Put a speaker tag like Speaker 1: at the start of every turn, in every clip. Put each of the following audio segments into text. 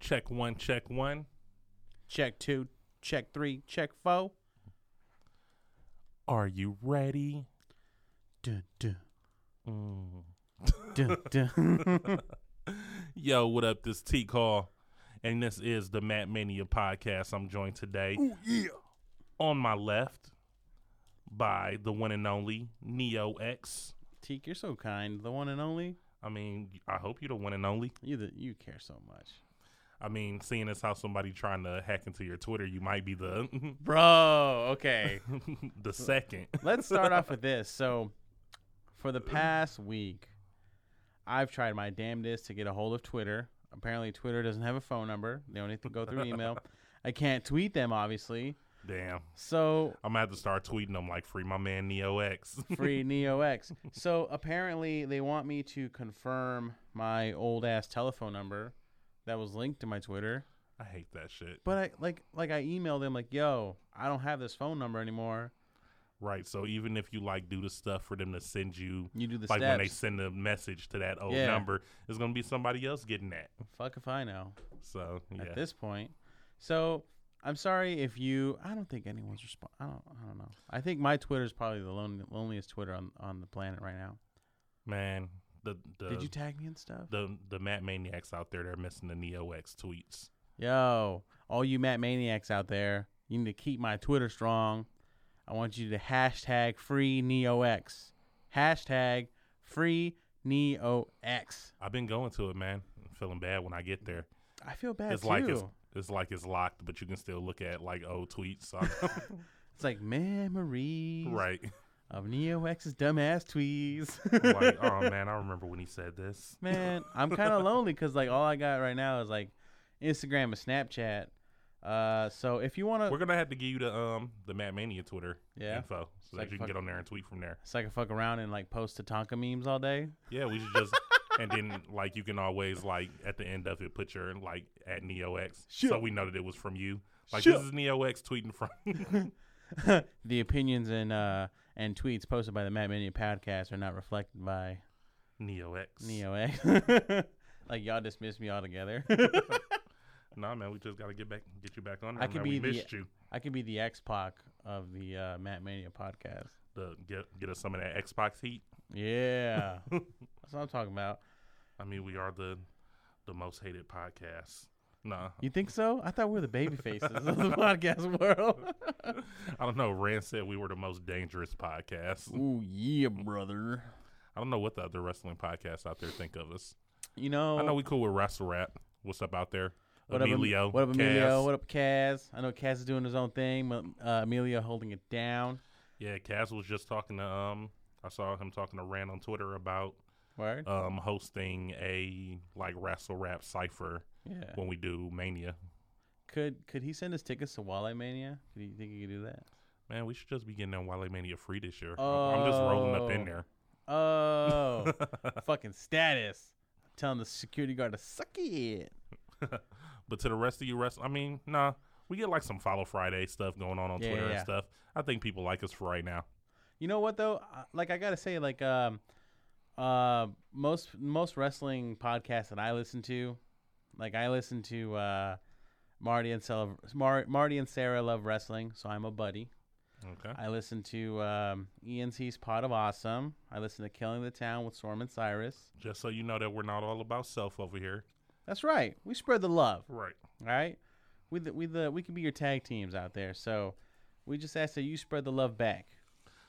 Speaker 1: Check one, check one.
Speaker 2: Check two, check three, check four.
Speaker 1: Are you ready?
Speaker 2: Dun, dun. Mm. Dun, dun.
Speaker 1: Yo, what up? This T Call, and this is the Matt Mania podcast. I'm joined today. On my left by the one and only Neo X.
Speaker 2: Teak, you're so kind. The one and only.
Speaker 1: I mean, I hope you're the one and only.
Speaker 2: You the, you care so much.
Speaker 1: I mean, seeing as how somebody trying to hack into your Twitter, you might be the
Speaker 2: Bro, okay.
Speaker 1: the second.
Speaker 2: Let's start off with this. So, for the past week, I've tried my damnedest to get a hold of Twitter. Apparently, Twitter doesn't have a phone number. They only can go through email. I can't tweet them, obviously.
Speaker 1: Damn.
Speaker 2: So
Speaker 1: I'm gonna have to start tweeting them like free my man Neo X.
Speaker 2: free Neo X. So apparently they want me to confirm my old ass telephone number that was linked to my Twitter.
Speaker 1: I hate that shit.
Speaker 2: But I like like I emailed them like, "Yo, I don't have this phone number anymore."
Speaker 1: Right. So even if you like do the stuff for them to send you,
Speaker 2: You do the
Speaker 1: like when they
Speaker 2: steps.
Speaker 1: send a message to that old
Speaker 2: Yeah.
Speaker 1: number, it's gonna be somebody else getting that.
Speaker 2: Fuck if I know
Speaker 1: So yeah,
Speaker 2: at this point. So I'm sorry if you. I don't think anyone's respond. I don't. I don't know. I think my Twitter is probably the lon- loneliest Twitter on on the planet right now.
Speaker 1: man, the the
Speaker 2: Did you tag me and stuff?
Speaker 1: the the Matt maniacs out there, they're missing the Neo X tweets.
Speaker 2: Yo, all you Matt maniacs out there, you need to keep my Twitter strong. I want you to hashtag free NeoX. Hashtag free NeoX.
Speaker 1: I've been going to it, man. I'm feeling bad when I get there.
Speaker 2: I feel bad
Speaker 1: it's
Speaker 2: too.
Speaker 1: like it's
Speaker 2: it's,
Speaker 1: it's like it's locked, but you can still look at like old tweets. So
Speaker 2: like memories
Speaker 1: right.
Speaker 2: of NeoX's dumbass tweets.
Speaker 1: Like, oh man, I remember when he said this.
Speaker 2: Man, I'm kind of lonely because like all I got right now is like Instagram and Snapchat. Uh, so if you want to
Speaker 1: We're gonna have to give you the um the Matt Mania Twitter
Speaker 2: Yeah.
Speaker 1: info so
Speaker 2: Like,
Speaker 1: that you
Speaker 2: fuck-
Speaker 1: can get on there and tweet from there.
Speaker 2: so I can fuck around and like post to Tonka memes all day.
Speaker 1: Yeah, we should just and then like you can always like at the end of it put your like at Neo X so
Speaker 2: Sure.
Speaker 1: we know that it was from you. Like
Speaker 2: Sure.
Speaker 1: this is Neo X tweeting from.
Speaker 2: the opinions and uh and tweets posted by the Matt Mania podcast are not reflected by
Speaker 1: Neo X.
Speaker 2: Neo X. like y'all dismissed me altogether.
Speaker 1: Nah, man, we just gotta get back, get you back on. There,
Speaker 2: I could
Speaker 1: man.
Speaker 2: be
Speaker 1: we
Speaker 2: the-
Speaker 1: missed you.
Speaker 2: I could be the X Pac of the uh, Matt Mania podcast.
Speaker 1: The, get get us some of that Xbox heat.
Speaker 2: Yeah, that's what I'm talking about.
Speaker 1: I mean, we are the the most hated podcast. Nah,
Speaker 2: You think so? I thought we were the baby faces of the podcast world.
Speaker 1: I don't know. Rand said we were the most dangerous podcast.
Speaker 2: Ooh yeah, brother.
Speaker 1: I don't know what the other wrestling podcasts out there think of us.
Speaker 2: You know,
Speaker 1: I know we cool with Wrestle Rap. What's up out there?
Speaker 2: Oh. what
Speaker 1: Emilio.
Speaker 2: Up, what up,
Speaker 1: Cass.
Speaker 2: Emilio? What up, Kaz? I know Kaz is doing his own thing. but, Uh, Emilio holding it down.
Speaker 1: Yeah, Cass was just talking to um I saw him talking to Rand on Twitter about
Speaker 2: Word.
Speaker 1: um hosting a like wrestle rap cipher
Speaker 2: yeah.
Speaker 1: when we do mania.
Speaker 2: Could could he send us tickets to Wale Mania? Could he think he could do that?
Speaker 1: Man, we should just be getting on Wale Mania free this year. I'm- I'm just rolling up in
Speaker 2: Oh.
Speaker 1: there.
Speaker 2: Oh, fucking status! telling the security guard to suck it.
Speaker 1: But to the rest of you rest I mean, nah. We get like some follow Friday stuff going on on
Speaker 2: Yeah,
Speaker 1: Twitter
Speaker 2: yeah.
Speaker 1: and stuff. I think people like us for right now.
Speaker 2: You know what though? I- Like I gotta say, like um, uh, most most wrestling podcasts that I listen to, like I listen to uh, Marty and Sarah, Mar- Marty and Sarah love wrestling, so I'm a buddy.
Speaker 1: Okay.
Speaker 2: I listened to um, ENC's Pot of Awesome. I listened to Killing the Town with Storm Cyrus.
Speaker 1: Just so you know that we're not all about self over here.
Speaker 2: That's right. We spread the love.
Speaker 1: Right.
Speaker 2: All right, we the, we the we can be your tag teams out there. So we just ask that you spread the love back.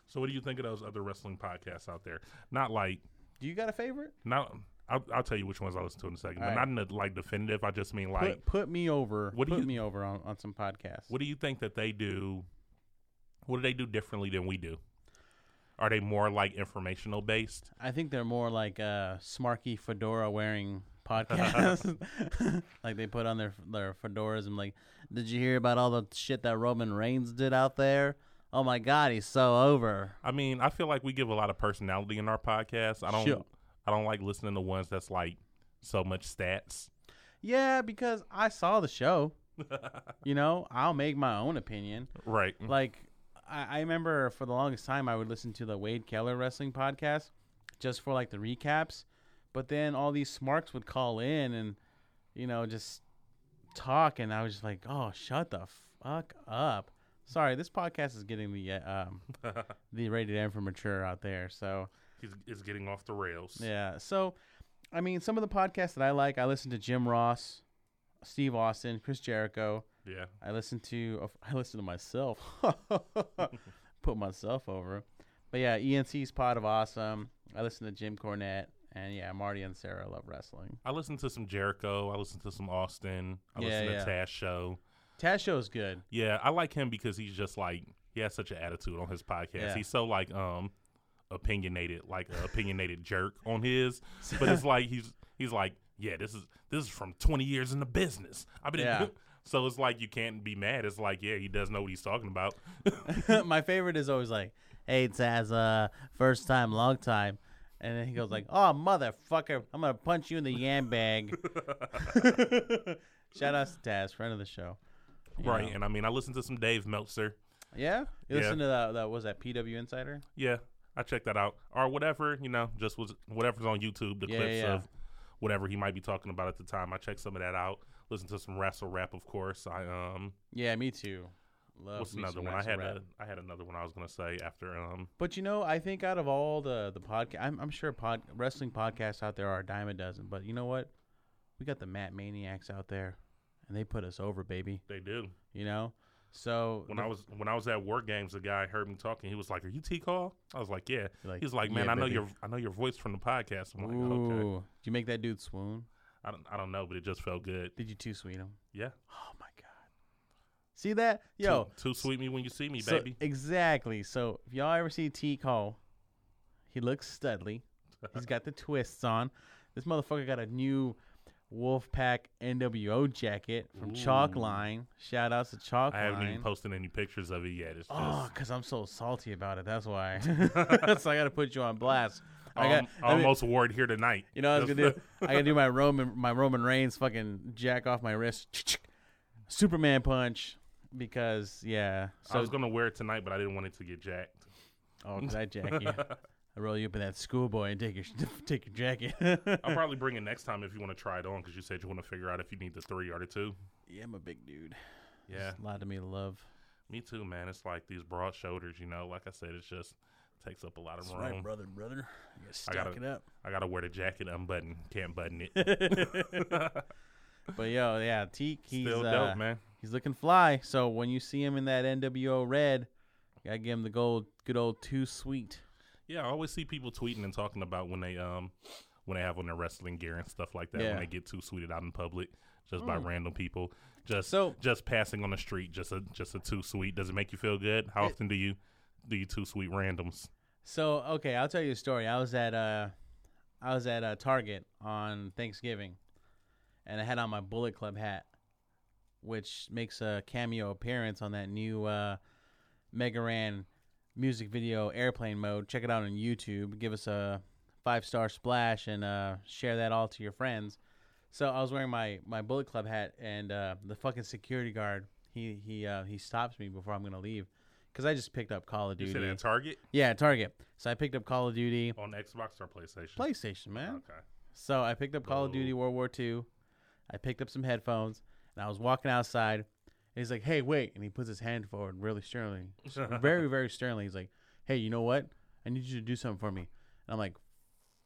Speaker 1: So what do you think of those other wrestling podcasts out there? Not like
Speaker 2: Do you got a favorite?
Speaker 1: not. I'll, I'll tell you which ones I listen to in a second, but
Speaker 2: All
Speaker 1: not
Speaker 2: right.
Speaker 1: in the like definitive. I just mean like,
Speaker 2: put, put me over.
Speaker 1: What do
Speaker 2: put
Speaker 1: you-
Speaker 2: me over on, on some podcasts.
Speaker 1: what do you think that they do? What do they do differently than we do? Are they more like informational based?
Speaker 2: I think they're more like uh, smarky fedora wearing podcasts. like they put on their their fedoras and like, did you hear about all the shit that Roman Reigns did out there? Oh my God, he's so over.
Speaker 1: I mean, I feel like we give a lot of personality in our podcast. I don't.
Speaker 2: Sure.
Speaker 1: I don't like listening to ones that's like so much stats.
Speaker 2: Yeah, because I saw the show. you know, I'll make my own opinion.
Speaker 1: Right.
Speaker 2: Like, I, I remember for the longest time, I would listen to the Wade Keller wrestling podcast just for like the recaps. But then all these smarks would call in and, you know, just talk. And I was just like, oh, shut the fuck up. Sorry, this podcast is getting the uh, um, the rated M for mature out there. So
Speaker 1: He's, it's getting off the rails.
Speaker 2: yeah. So, I mean, some of the podcasts that I like, I listen to Jim Ross, Steve Austin, Chris Jericho.
Speaker 1: Yeah.
Speaker 2: I listen to I listen to myself. Put myself over. But yeah, E ENC's Pod of Awesome. I listen to Jim Cornette and yeah, Marty and Sarah love wrestling.
Speaker 1: I listen to some Jericho. I listen to some Austin. I
Speaker 2: Yeah,
Speaker 1: listen
Speaker 2: yeah.
Speaker 1: to Tash show.
Speaker 2: Taz show's good.
Speaker 1: Yeah, I like him because he's just like he has such an attitude on his podcast.
Speaker 2: Yeah.
Speaker 1: He's so like um opinionated, like an opinionated jerk on his. But it's like he's he's like, yeah, this is this is from twenty years in the business. I mean,
Speaker 2: Yeah.
Speaker 1: so it's like you can't be mad. It's like yeah, he does know what he's talking about.
Speaker 2: My favorite is always like, "Hey Taz, uh, first time, long time," and then he goes like, "Oh motherfucker, I'm gonna punch you in the yam bag." Shout out to Taz, friend of the show. You
Speaker 1: right.
Speaker 2: know.
Speaker 1: And I mean, I listen to some Dave Meltzer.
Speaker 2: Yeah, you
Speaker 1: Yeah.
Speaker 2: listen to that. That was that PW Insider.
Speaker 1: Yeah, I check that out or whatever you know, just was whatever's on YouTube, the
Speaker 2: Yeah,
Speaker 1: clips
Speaker 2: yeah.
Speaker 1: of whatever he might be talking about at the time. I check some of that out. Listen to some wrestle rap, of course. I um.
Speaker 2: Yeah, me too. Love
Speaker 1: What's
Speaker 2: me
Speaker 1: another
Speaker 2: some
Speaker 1: one? I
Speaker 2: Axl
Speaker 1: had
Speaker 2: Red.
Speaker 1: a, I had another one I was gonna say after um
Speaker 2: But you know, I think out of all the the podcast, I'm, I'm sure pod wrestling podcasts out there are a dime a dozen. But you know what? We got the Matt Maniacs out there, and they put us over, baby.
Speaker 1: they do.
Speaker 2: You know, so
Speaker 1: When
Speaker 2: the-
Speaker 1: I was when I was at War Games, a guy heard me talking. He was like, "Are you T Call?" I was like, "Yeah."
Speaker 2: You're like,
Speaker 1: He's like, "Man,
Speaker 2: "Yeah,
Speaker 1: I know
Speaker 2: baby."
Speaker 1: your I know your voice from the podcast." I'm like, "Okay."
Speaker 2: ooh, did you make that dude swoon?
Speaker 1: I don't I don't know, but it just felt good.
Speaker 2: Did you too sweet him?
Speaker 1: Yeah.
Speaker 2: Oh my god! See that? Yo,
Speaker 1: too, too sweet me when you see me,
Speaker 2: so-
Speaker 1: baby.
Speaker 2: exactly. So if y'all ever see T Cole, he looks studly. He's got the twists on. This motherfucker got a new Wolfpack NWO jacket from Chalk
Speaker 1: Ooh.
Speaker 2: Line. Shout outs to Chalk
Speaker 1: I haven't even
Speaker 2: Line.
Speaker 1: posted any pictures of it yet. It's just
Speaker 2: Oh, because I'm so salty about it. That's why. so I got to put you on blast. I got
Speaker 1: um,
Speaker 2: I mean,
Speaker 1: almost wore it here tonight.
Speaker 2: You know what I was
Speaker 1: Just-
Speaker 2: gonna do? I gotta do my Roman my Roman Reigns fucking jack off my wrist, Superman punch, because yeah.
Speaker 1: I
Speaker 2: So
Speaker 1: was gonna wear it tonight, but I didn't want it to get jacked.
Speaker 2: Oh, because I jack you. I roll you up in that schoolboy and take your take your jacket.
Speaker 1: I'll probably bring it next time if you want to try it on because you said you want to figure out if you need the three or the two.
Speaker 2: yeah, I'm a big dude.
Speaker 1: Yeah,
Speaker 2: Just lied to me to love.
Speaker 1: me too, man. It's like these broad shoulders, you know. Like I said, it's just takes up a lot of room.
Speaker 2: brother, brother. You gotta
Speaker 1: I
Speaker 2: stock
Speaker 1: gotta-
Speaker 2: it up.
Speaker 1: I gotta wear the jacket unbuttoned. Can't button it.
Speaker 2: But yo, yeah, Teak, he's
Speaker 1: Still
Speaker 2: uh,
Speaker 1: dope, man.
Speaker 2: he's looking fly. So when you see him in that NWO red, gotta give him the gold, good old two sweet.
Speaker 1: Yeah, I always see people tweeting and talking about when they um when they have on their wrestling gear and stuff like that. When
Speaker 2: Yeah. Mm.
Speaker 1: they get too sweeted out in public, just by random people, just
Speaker 2: So-
Speaker 1: just passing on the street, just a just a too sweet. Does it make you feel good? How often do you do you too sweet randoms?
Speaker 2: So okay, I'll tell you a story. I was at uh, I was at uh, Target on Thanksgiving, and I had on my Bullet Club hat, which makes a cameo appearance on that new uh, Megaran music video, Airplane Mode. Check it out on YouTube. Give us a five star splash and uh, share that all to your friends. So I was wearing my my Bullet Club hat, and uh, the fucking security guard he he uh, he stops me before I'm gonna leave. Cause I just picked up Call of
Speaker 1: You
Speaker 2: Duty.
Speaker 1: said at Target
Speaker 2: Yeah, Target. So I picked up Call of Duty,
Speaker 1: on Xbox or PlayStation.
Speaker 2: PlayStation, man.
Speaker 1: Oh, Okay.
Speaker 2: So I picked up Call of Duty World War II. I picked up some headphones, and I was walking outside, And he's like, "Hey, wait!" And he puts his hand forward really sternly, very, very sternly. He's like, "Hey, you know what? I need you to do something for me." And I'm like,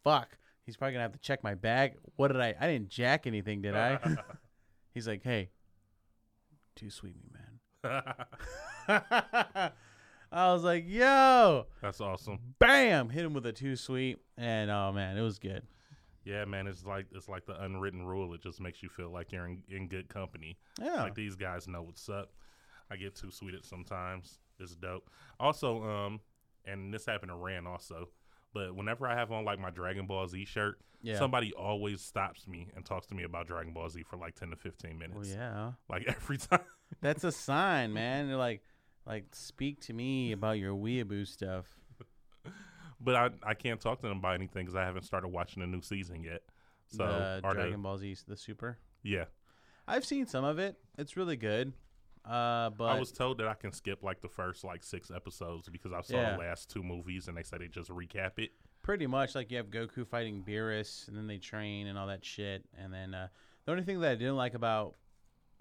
Speaker 2: "Fuck!" He's probably gonna have to check my bag. What did I? I didn't jack anything, did I? he's like, "Hey, too sweet, me man." I was like, "Yo,
Speaker 1: That's awesome.
Speaker 2: bam!" Hit him with a too sweet, and oh man, it was good.
Speaker 1: Yeah, man. It's like it's like the unwritten rule. It just makes you feel like you're in, in good company.
Speaker 2: Yeah,
Speaker 1: Like these guys know what's up. I get too sweet at sometimes. It's dope. Also, um, and this happened to Ran also, but whenever I have on like my Dragon Ball Z shirt,
Speaker 2: Yeah.
Speaker 1: somebody always stops me and talks to me about Dragon Ball Z for like ten to fifteen minutes.
Speaker 2: well, Oh, yeah.
Speaker 1: Like every time.
Speaker 2: That's a sign, man. You're like, like speak to me about your weeaboo stuff.
Speaker 1: But I, I can't talk to them about anything because I haven't started watching the new season yet. So
Speaker 2: the
Speaker 1: are
Speaker 2: Dragon Ball Z, the Super.
Speaker 1: they? Yeah,
Speaker 2: I've seen some of it. It's really good. Uh, but
Speaker 1: I was told that I can skip like the first like six episodes because I saw
Speaker 2: Yeah.
Speaker 1: the last two movies and they say they just recap it.
Speaker 2: pretty much like you have Goku fighting Beerus, and then they train and all that shit. And then uh, the only thing that I didn't like about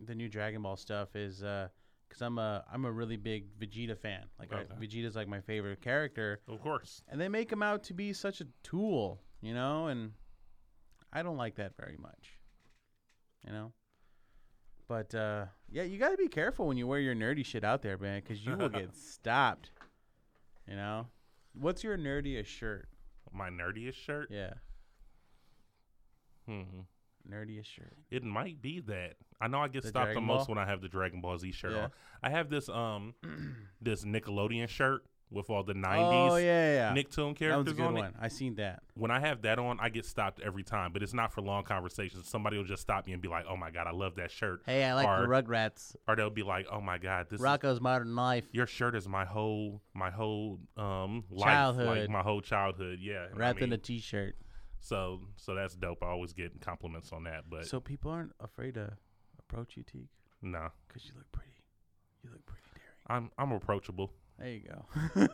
Speaker 2: the new Dragon Ball stuff is because I'm a I'm a really big Vegeta fan. Like I,
Speaker 1: Okay.
Speaker 2: Vegeta's like my favorite character,
Speaker 1: Of course,
Speaker 2: and they make him out to be such a tool, you know. And I don't like that very much, you know. But uh, yeah, you got to be careful when you wear your nerdy shit out there, man, because you will get stopped. You know, what's your nerdiest shirt?
Speaker 1: my nerdiest shirt.
Speaker 2: Yeah.
Speaker 1: Hmm.
Speaker 2: Nerdiest shirt.
Speaker 1: It might be that. I know I get
Speaker 2: The
Speaker 1: stopped the
Speaker 2: Dragon
Speaker 1: most
Speaker 2: Ball?
Speaker 1: when I have the Dragon Ball Z shirt
Speaker 2: Yeah.
Speaker 1: on. I have this um this Nickelodeon shirt with all the nineties
Speaker 2: Oh yeah, yeah.
Speaker 1: Nicktoon
Speaker 2: that was a
Speaker 1: characters
Speaker 2: good
Speaker 1: on
Speaker 2: one.
Speaker 1: it.
Speaker 2: I seen that.
Speaker 1: When I have that on, I get stopped every time, but it's not for long conversations. Somebody will just stop me and be like, "Oh my god, I love that shirt." or,
Speaker 2: Rugrats.
Speaker 1: or they'll be like, "Oh my god, this is-
Speaker 2: Rocco's Modern Life.
Speaker 1: your shirt is my whole my whole um life,
Speaker 2: Childhood.
Speaker 1: like my whole childhood." Yeah, and I mean,
Speaker 2: T-shirt.
Speaker 1: so so that's dope. I always get compliments on that, but
Speaker 2: So people aren't afraid to approach you, Teague,
Speaker 1: no,
Speaker 2: because you look pretty. You look pretty daring.
Speaker 1: I'm I'm approachable.
Speaker 2: There you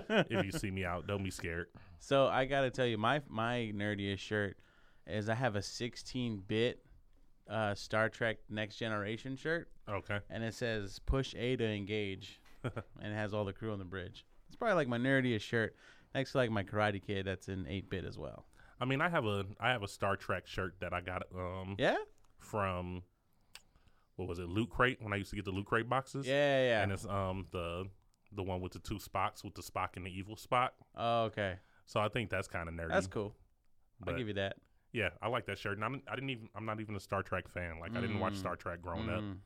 Speaker 2: go.
Speaker 1: if you see me out, don't be scared.
Speaker 2: So I gotta tell you, my my nerdiest shirt is I have a 16-bit uh, Star Trek Next Generation shirt,
Speaker 1: Okay.
Speaker 2: and it says "Push A to engage," and it has all the crew on the bridge. It's probably like my nerdiest shirt, next to like my Karate Kid that's in 8-bit as well.
Speaker 1: I mean, I have a I have a Star Trek shirt that I got um
Speaker 2: Yeah,
Speaker 1: from what was it Loot Crate when I used to get the Loot Crate boxes.
Speaker 2: yeah, yeah.
Speaker 1: And it's um the the one with the two Spocks with the Spock and the evil Spock.
Speaker 2: oh, okay,
Speaker 1: So I think that's kind of nerdy.
Speaker 2: that's cool.
Speaker 1: But-
Speaker 2: I'll give you that.
Speaker 1: Yeah, I like that shirt. And I'm, I didn't even I'm not even a Star Trek fan. Like I didn't watch
Speaker 2: Mm.
Speaker 1: Star Trek growing up,
Speaker 2: Mm.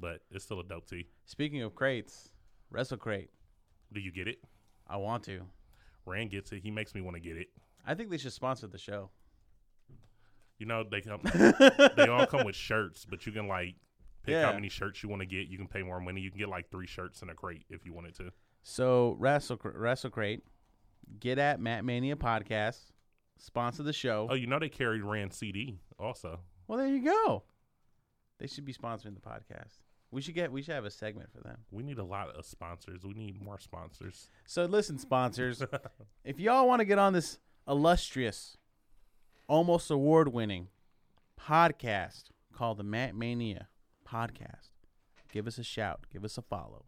Speaker 1: but it's still a dope tee.
Speaker 2: Speaking of crates, Wrestle Crate.
Speaker 1: Do you get it?
Speaker 2: I want to.
Speaker 1: Rand gets it. He makes me want to get it.
Speaker 2: I think they should sponsor the show.
Speaker 1: You know they come they all come with shirts, but you can like pick how
Speaker 2: Yeah.
Speaker 1: many shirts you want to get. You can pay more money. You can get like three shirts in a crate if you wanted to.
Speaker 2: So Wrestle Wrestle Crate, get at Matt Mania podcast, sponsor the show.
Speaker 1: Oh, you know they carried Rand CD also.
Speaker 2: Well, there you go. They should be sponsoring the podcast. We should get we should have a segment for them.
Speaker 1: We need a lot of sponsors. We need more sponsors.
Speaker 2: So listen, sponsors, if y'all want to get on this illustrious, almost award-winning podcast called the Matt Mania Podcast, give us a shout, give us a follow.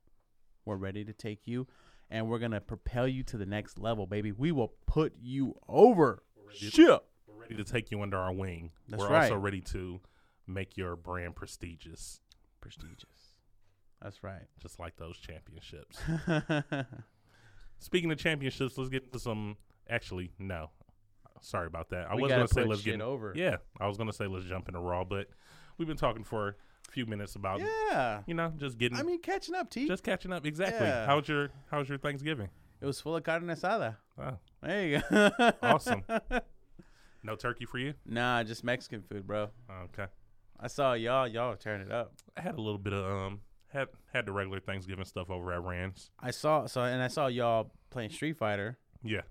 Speaker 2: We're ready to take you, and we're gonna propel you to the next level, baby. We will put you over. Shit.
Speaker 1: We're ready to take you under our wing.
Speaker 2: That's
Speaker 1: We're also
Speaker 2: right.
Speaker 1: ready to make your brand prestigious,
Speaker 2: prestigious. That's right.
Speaker 1: just like those championships. Speaking of championships, let's get into some. Actually, no. Sorry about that. I
Speaker 2: We
Speaker 1: was
Speaker 2: gotta
Speaker 1: going to say
Speaker 2: put
Speaker 1: let's
Speaker 2: shit
Speaker 1: get
Speaker 2: over.
Speaker 1: Yeah, I was going to say let's jump into Raw, but we've been talking for a few minutes about
Speaker 2: yeah.
Speaker 1: you know just getting
Speaker 2: I mean, catching up, T.
Speaker 1: just catching up. Exactly.
Speaker 2: Yeah.
Speaker 1: How's your How's your Thanksgiving?
Speaker 2: it was full of carne asada.
Speaker 1: Oh,
Speaker 2: There you go.
Speaker 1: awesome. no turkey for you?
Speaker 2: nah, just Mexican food, bro.
Speaker 1: Okay.
Speaker 2: I saw y'all. Y'all turn it up.
Speaker 1: I had a little bit of um had had the regular Thanksgiving stuff over at Rand's.
Speaker 2: I saw so, and I saw y'all playing Street Fighter.
Speaker 1: Yeah.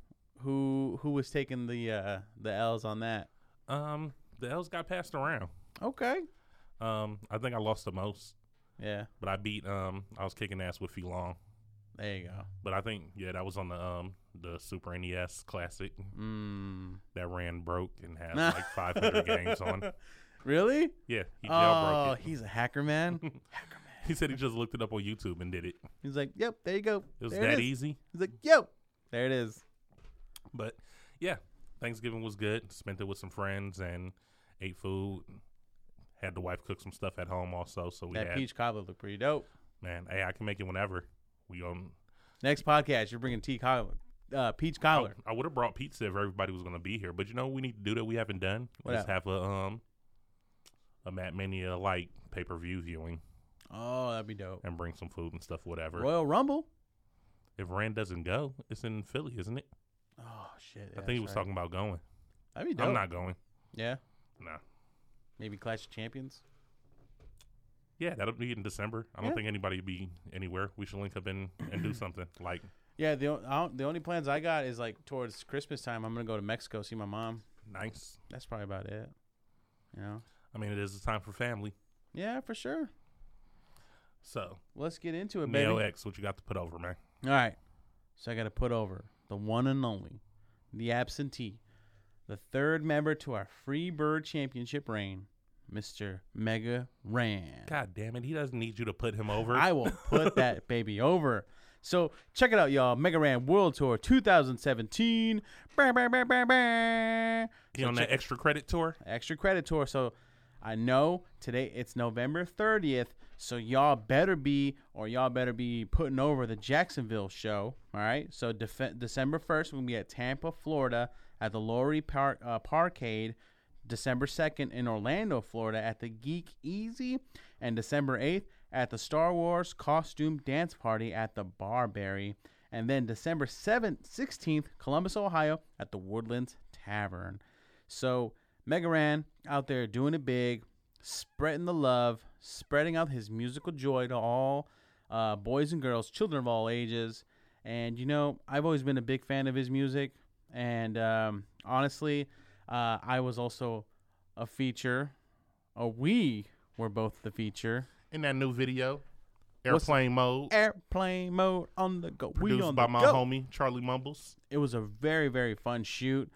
Speaker 2: Who who was taking the uh the L's on that?
Speaker 1: Um, the L's got passed around.
Speaker 2: Okay.
Speaker 1: Um, I think I lost the most,
Speaker 2: Yeah.
Speaker 1: but I beat um I was kicking ass with Long.
Speaker 2: There you go.
Speaker 1: But I think yeah, that was on the um the Super NES Classic
Speaker 2: Mm.
Speaker 1: that ran broke and had like 500 games on.
Speaker 2: Really?
Speaker 1: Yeah, he
Speaker 2: oh,
Speaker 1: jailbroke it.
Speaker 2: he's a hacker man.
Speaker 1: He said he just looked it up on YouTube and did it.
Speaker 2: He's like, "Yep, there you go."
Speaker 1: It was
Speaker 2: There
Speaker 1: that
Speaker 2: is."
Speaker 1: easy.
Speaker 2: He's like, "Yo, there it is."
Speaker 1: But yeah, Thanksgiving was good. Spent it with some friends and ate food. Had the wife cook some stuff at home also. So we
Speaker 2: that
Speaker 1: had
Speaker 2: peach cobbler looked pretty dope.
Speaker 1: man, hey, I can make it whenever. We on
Speaker 2: Next podcast, you're bringing tea cobbler, uh, peach cobbler.
Speaker 1: I would have brought pizza if everybody was gonna be here. But you know what we need to do that we haven't done?
Speaker 2: What
Speaker 1: Let's have a um a Matt Mania like pay per view viewing
Speaker 2: Oh, that'd be dope.
Speaker 1: and bring some food and stuff, whatever.
Speaker 2: Royal Rumble.
Speaker 1: If Rand doesn't go, it's in Philly, isn't it?
Speaker 2: Oh shit!
Speaker 1: I think he was talking about going.
Speaker 2: That'd be dope.
Speaker 1: I'm not going.
Speaker 2: Yeah,
Speaker 1: Nah.
Speaker 2: maybe Clash of Champions.
Speaker 1: Yeah, that'll be in December. I don't
Speaker 2: Yeah.
Speaker 1: think anybody will be anywhere. We should link up and, and do something. Like,
Speaker 2: Yeah, the o- I don't- the only plans I got is like towards Christmas time. I'm gonna go to Mexico see my mom.
Speaker 1: nice.
Speaker 2: That's probably about it. You know?
Speaker 1: I mean, it is a time for family.
Speaker 2: Yeah, for sure.
Speaker 1: So,
Speaker 2: Let's get into it, baby.
Speaker 1: Neo X, what you got to put over, man?
Speaker 2: All right. So I got to put over the one and only, the absentee, the third member to our Free Bird Championship reign, Mr. Mega Ran.
Speaker 1: God damn it. He doesn't need you to put him over.
Speaker 2: I will put that baby over. So check it out, y'all. Mega Ran World Tour 2017. Bah, bah, bah, bah, bah.
Speaker 1: He
Speaker 2: So
Speaker 1: on
Speaker 2: check-
Speaker 1: that extra credit tour?
Speaker 2: extra credit tour. So I know today it's November 30th. So y'all better be, or y'all better be putting over the Jacksonville show. All right. So def- December 1st, we'll be at Tampa, Florida at the Lowry Park uh, Parkade. December 2nd in Orlando, Florida at the Geek Easy. And December 8th at the Star Wars Costume Dance Party at the Barberry. And then December 7th, 16th, Columbus, Ohio at the Woodlands Tavern. So Megaran out there doing it big, spreading the love, spreading out his musical joy to all uh, boys and girls, children of all ages. And you know, I've always been a big fan of his music. And um, honestly, uh, I was also a feature. Or we were both the feature.
Speaker 1: In that new video,
Speaker 2: What's-
Speaker 1: Airplane Mode,
Speaker 2: Airplane mode on the go. we
Speaker 1: produced
Speaker 2: on
Speaker 1: by
Speaker 2: the
Speaker 1: my
Speaker 2: go.
Speaker 1: homie, Charlie Mumbles.
Speaker 2: It was a very very fun shoot.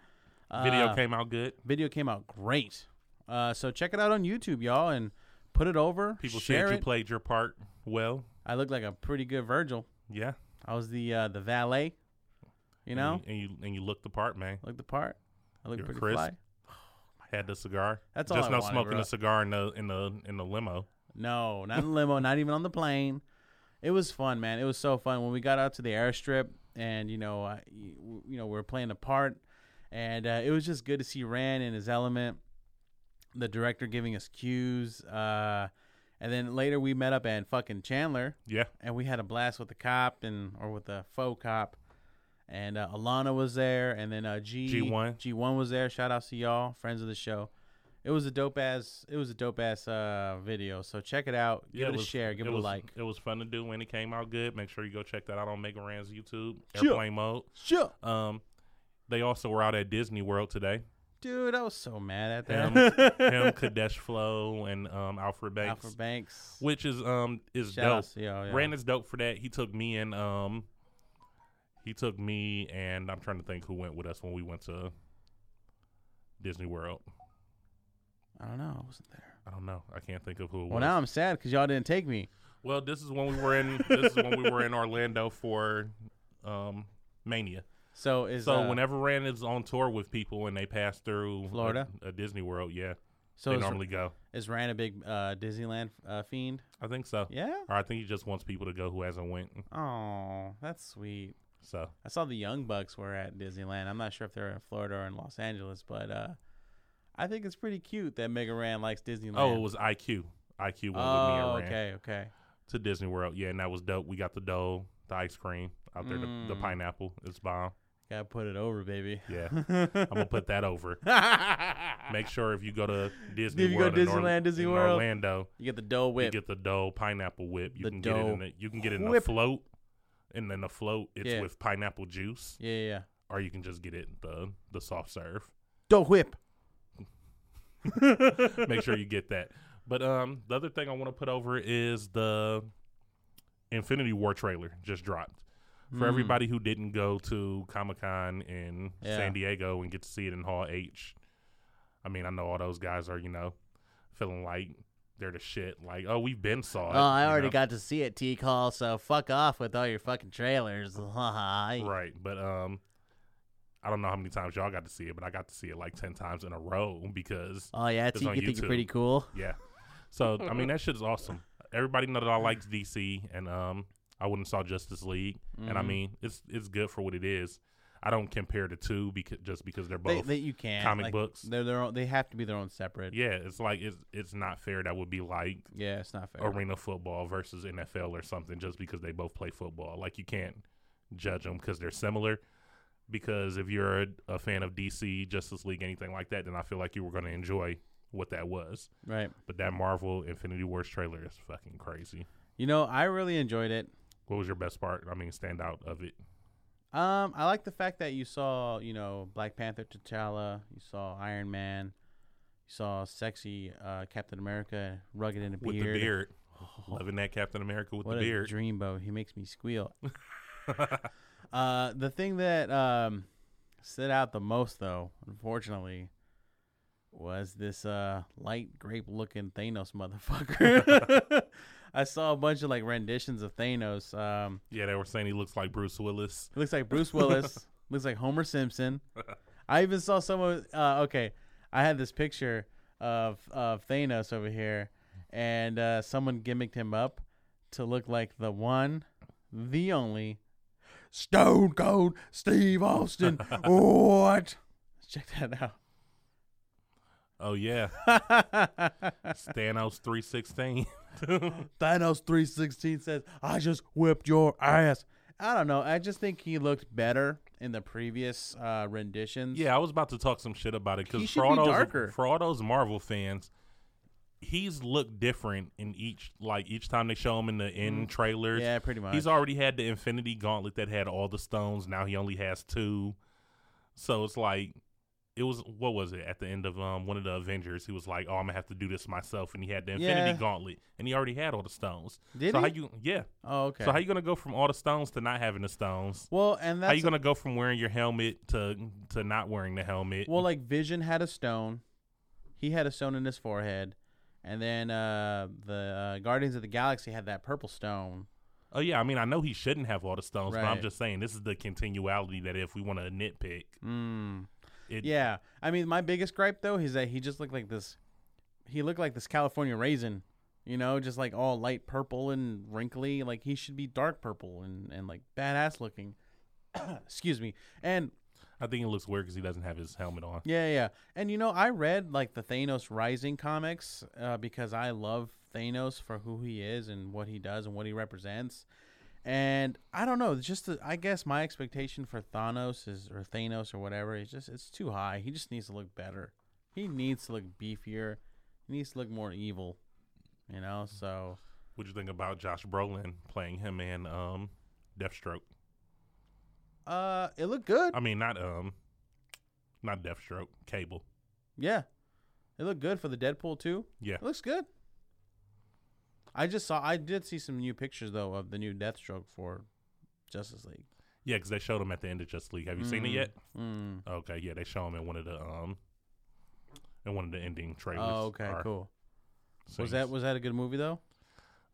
Speaker 1: video
Speaker 2: Uh,
Speaker 1: came out good.
Speaker 2: video came out great. Uh, so check it out on YouTube, y'all, and put it over.
Speaker 1: People
Speaker 2: share
Speaker 1: said you
Speaker 2: it.
Speaker 1: played your part well.
Speaker 2: I look like a pretty good Virgil.
Speaker 1: Yeah.
Speaker 2: I was the uh, the valet, you know, Oh
Speaker 1: And you, and you, and you looked the part, man.
Speaker 2: looked the part. I look
Speaker 1: You're
Speaker 2: pretty
Speaker 1: crisp.
Speaker 2: fly.
Speaker 1: Had the cigar.
Speaker 2: That's all
Speaker 1: Just
Speaker 2: I
Speaker 1: no
Speaker 2: wanted,
Speaker 1: smoking
Speaker 2: bro.
Speaker 1: the cigar in the in the in the limo.
Speaker 2: No, not in the limo, not even on the plane. It was fun, man. It was so fun when we got out to the airstrip, and you know, I, you know, we were playing a part, and uh, it was just good to see Rand in his element. The director giving us cues, uh, and then later we met up at fucking Chandler,
Speaker 1: Yeah.
Speaker 2: and we had a blast with the cop and or with the faux cop. And uh, Alana was there, and then uh, G
Speaker 1: G1.
Speaker 2: G1 was there. Shout outs to y'all, friends of the show. It was a dope ass. It was a dope ass uh, video. So check it out. Give
Speaker 1: Yeah,
Speaker 2: it, a
Speaker 1: was-
Speaker 2: share. Give it, a
Speaker 1: was-
Speaker 2: like.
Speaker 1: It was fun to do when it came out good. Make sure you go check that out on Mega Ran's YouTube,
Speaker 2: Sure.
Speaker 1: Airplane Mode.
Speaker 2: Sure,
Speaker 1: Um, they also were out at Disney World today.
Speaker 2: dude. I was so mad at
Speaker 1: Him,
Speaker 2: that.
Speaker 1: him Kadesh Flow, and um, Alfred Banks,
Speaker 2: Alfred Banks.
Speaker 1: which is um is
Speaker 2: Shout
Speaker 1: dope.
Speaker 2: outs to y'all, yeah.
Speaker 1: Rand is dope for that. He took me and um, he took me and I'm trying to think who went with us when we went to Disney World.
Speaker 2: I don't know. I wasn't there.
Speaker 1: I don't know. I can't think of who. It
Speaker 2: Well,
Speaker 1: was.
Speaker 2: now I'm sad because y'all didn't take me.
Speaker 1: Well, this is when we were in. this is when we were in Orlando for um, Mania.
Speaker 2: So is
Speaker 1: So
Speaker 2: uh,
Speaker 1: whenever Rand is on tour with people and they pass through a-
Speaker 2: Florida?
Speaker 1: a, Disney World, yeah,
Speaker 2: so
Speaker 1: they
Speaker 2: is,
Speaker 1: normally go.
Speaker 2: is Rand a big uh, Disneyland uh, fiend?
Speaker 1: I think so.
Speaker 2: Yeah.
Speaker 1: Or I think he just wants people to go who hasn't went.
Speaker 2: Oh, that's sweet.
Speaker 1: So
Speaker 2: I saw the Young Bucks were at Disneyland. I'm not sure if they're in Florida or in Los Angeles, but uh, I think it's pretty cute that Mega Ran likes Disneyland.
Speaker 1: oh, it was IQ. IQ went with me and
Speaker 2: Oh,
Speaker 1: Rand
Speaker 2: okay, okay.
Speaker 1: to Disney World. Yeah, and that was dope. We got the dough, the ice cream out there, the, the
Speaker 2: Mm.
Speaker 1: pineapple. It's bomb.
Speaker 2: Gotta put it over, baby.
Speaker 1: Yeah, I'm gonna put that over. Make sure if you go to Disney
Speaker 2: If you go
Speaker 1: World,
Speaker 2: to
Speaker 1: in Orla-
Speaker 2: Disneyland, Disney
Speaker 1: in
Speaker 2: World,
Speaker 1: Orlando,
Speaker 2: You get the dough
Speaker 1: You
Speaker 2: whip.
Speaker 1: get the dough pineapple whip. You
Speaker 2: The
Speaker 1: can get it in
Speaker 2: dough
Speaker 1: a, you can get it in
Speaker 2: whip.
Speaker 1: a float, and then the float it's
Speaker 2: Yeah.
Speaker 1: with pineapple juice,
Speaker 2: yeah, yeah, yeah.
Speaker 1: or you can just get it the the soft serve.
Speaker 2: Dough whip.
Speaker 1: Make sure you get that. But um, the other thing I want to put over is the Infinity War trailer just dropped.
Speaker 2: Mm.
Speaker 1: For everybody who didn't go to Comic Con in
Speaker 2: Yeah.
Speaker 1: San Diego and get to see it in Hall H, I mean, I know all those guys are, you know, feeling like they're the shit. Like, oh, we've been saw it.
Speaker 2: Oh, I
Speaker 1: you
Speaker 2: already
Speaker 1: know?
Speaker 2: got to see it, T Call, so fuck off with all your fucking trailers.
Speaker 1: right, but um, I don't know how many times y'all got to see it, but I got to see it like ten times in a row because
Speaker 2: Oh, yeah,
Speaker 1: It's
Speaker 2: T, you
Speaker 1: on
Speaker 2: think
Speaker 1: YouTube.
Speaker 2: you're pretty cool?
Speaker 1: yeah. So I mean, that shit is awesome. Everybody know that I like DC, and um, I wouldn't saw Justice League, and
Speaker 2: Mm-hmm.
Speaker 1: I mean, it's it's good for what it is. I don't compare the two because just because they're
Speaker 2: They,
Speaker 1: both
Speaker 2: they, you can.
Speaker 1: comic
Speaker 2: like,
Speaker 1: books.
Speaker 2: They're their own, they have to be their own separate.
Speaker 1: Yeah, it's like it's it's not fair. That would be like
Speaker 2: Yeah, it's not fair.
Speaker 1: arena football versus NFL or something, just because they both play football. Like you can't judge them because they're similar. Because if you're a, a fan of DC Justice League, anything like that, then I feel like you were going to enjoy what that was.
Speaker 2: Right.
Speaker 1: But that Marvel Infinity Wars trailer is fucking crazy.
Speaker 2: You know, I really enjoyed it.
Speaker 1: What was your best part? I mean, standout of it.
Speaker 2: Um, I like the fact that you saw, you know, Black Panther, T'Challa, you saw Iron Man, you saw sexy uh, Captain America, rugged in a
Speaker 1: With
Speaker 2: beard.
Speaker 1: the beard, loving that Captain America with
Speaker 2: what
Speaker 1: the
Speaker 2: a
Speaker 1: beard.
Speaker 2: dreamboat! He makes me squeal. uh, the thing that um, stood out the most, though, unfortunately, was this uh, light grape-looking Thanos motherfucker. I saw a bunch of like renditions of Thanos. Um,
Speaker 1: Yeah, they were saying he looks like Bruce Willis.
Speaker 2: it looks like Bruce Willis. looks like Homer Simpson. I even saw someone. Uh, okay, I had this picture of of Thanos over here, and uh, someone gimmicked him up to look like the one, the only, Stone Cold Steve Austin. what? Check that out.
Speaker 1: Oh yeah, Thanos three sixteen.
Speaker 2: Thanos three sixteen says, "I just whipped your ass." I don't know. I just think he looked better in the previous uh, renditions.
Speaker 1: Yeah, I was about to talk some shit about it
Speaker 2: He
Speaker 1: because
Speaker 2: should
Speaker 1: for all
Speaker 2: be
Speaker 1: those
Speaker 2: darker.
Speaker 1: for all those Marvel fans, he's looked different in each like each time they show him in the end trailers.
Speaker 2: Mm-hmm. Yeah, pretty much.
Speaker 1: He's already had the Infinity Gauntlet that had all the stones. Now he only has two. So it's like it was what was it at the end of um one of the Avengers? He was like, "Oh, I'm gonna have to do this myself," and he had the Infinity
Speaker 2: Yeah.
Speaker 1: Gauntlet, and he already had all the stones.
Speaker 2: Did
Speaker 1: so how
Speaker 2: he?
Speaker 1: you? Yeah.
Speaker 2: Oh, okay.
Speaker 1: So how you gonna go from all the stones to not having the stones?
Speaker 2: Well, and that's
Speaker 1: how you gonna go from wearing your helmet to to not wearing the helmet?
Speaker 2: well, like Vision had a stone. He had a stone in his forehead, and then uh, the uh, Guardians of the Galaxy had that purple stone.
Speaker 1: Oh yeah, I mean I know he shouldn't have all the stones, but I'm
Speaker 2: Right.
Speaker 1: just saying this is the continuality that if we want to nitpick, Hmm.
Speaker 2: Mm.
Speaker 1: it,
Speaker 2: Yeah, I mean, my biggest gripe though is that he just looked like this. He looked like this California raisin, you know, just like all light purple and wrinkly. Like he should be dark purple and and like badass looking. Excuse me. And
Speaker 1: I think it looks weird because he doesn't have his helmet on.
Speaker 2: Yeah, yeah. And you know, I read like the Thanos Rising comics uh, because I love Thanos for who he is and what he does and what he represents. And I don't know, it's just the- I guess my expectation for Thanos is or Thanos or whatever is just it's too high. He just needs to look better. He needs to look beefier. He needs to look more evil. You know, so
Speaker 1: What you think about Josh Brolin playing him in um, Deathstroke?
Speaker 2: uh it looked good.
Speaker 1: I mean, not um, not Deathstroke, Cable.
Speaker 2: Yeah. It looked good for the Deadpool too.
Speaker 1: Yeah,
Speaker 2: It looks good. I just saw. I did see some new pictures though of the new Deathstroke for Justice League.
Speaker 1: yeah, because they showed him at the end of Justice League. Have you seen it
Speaker 2: Mm.
Speaker 1: yet?
Speaker 2: Mm.
Speaker 1: Okay, yeah, they show him in one of the um, in one of the ending trailers.
Speaker 2: Oh, okay,
Speaker 1: or
Speaker 2: cool. Was
Speaker 1: scenes.
Speaker 2: that was that a good movie though?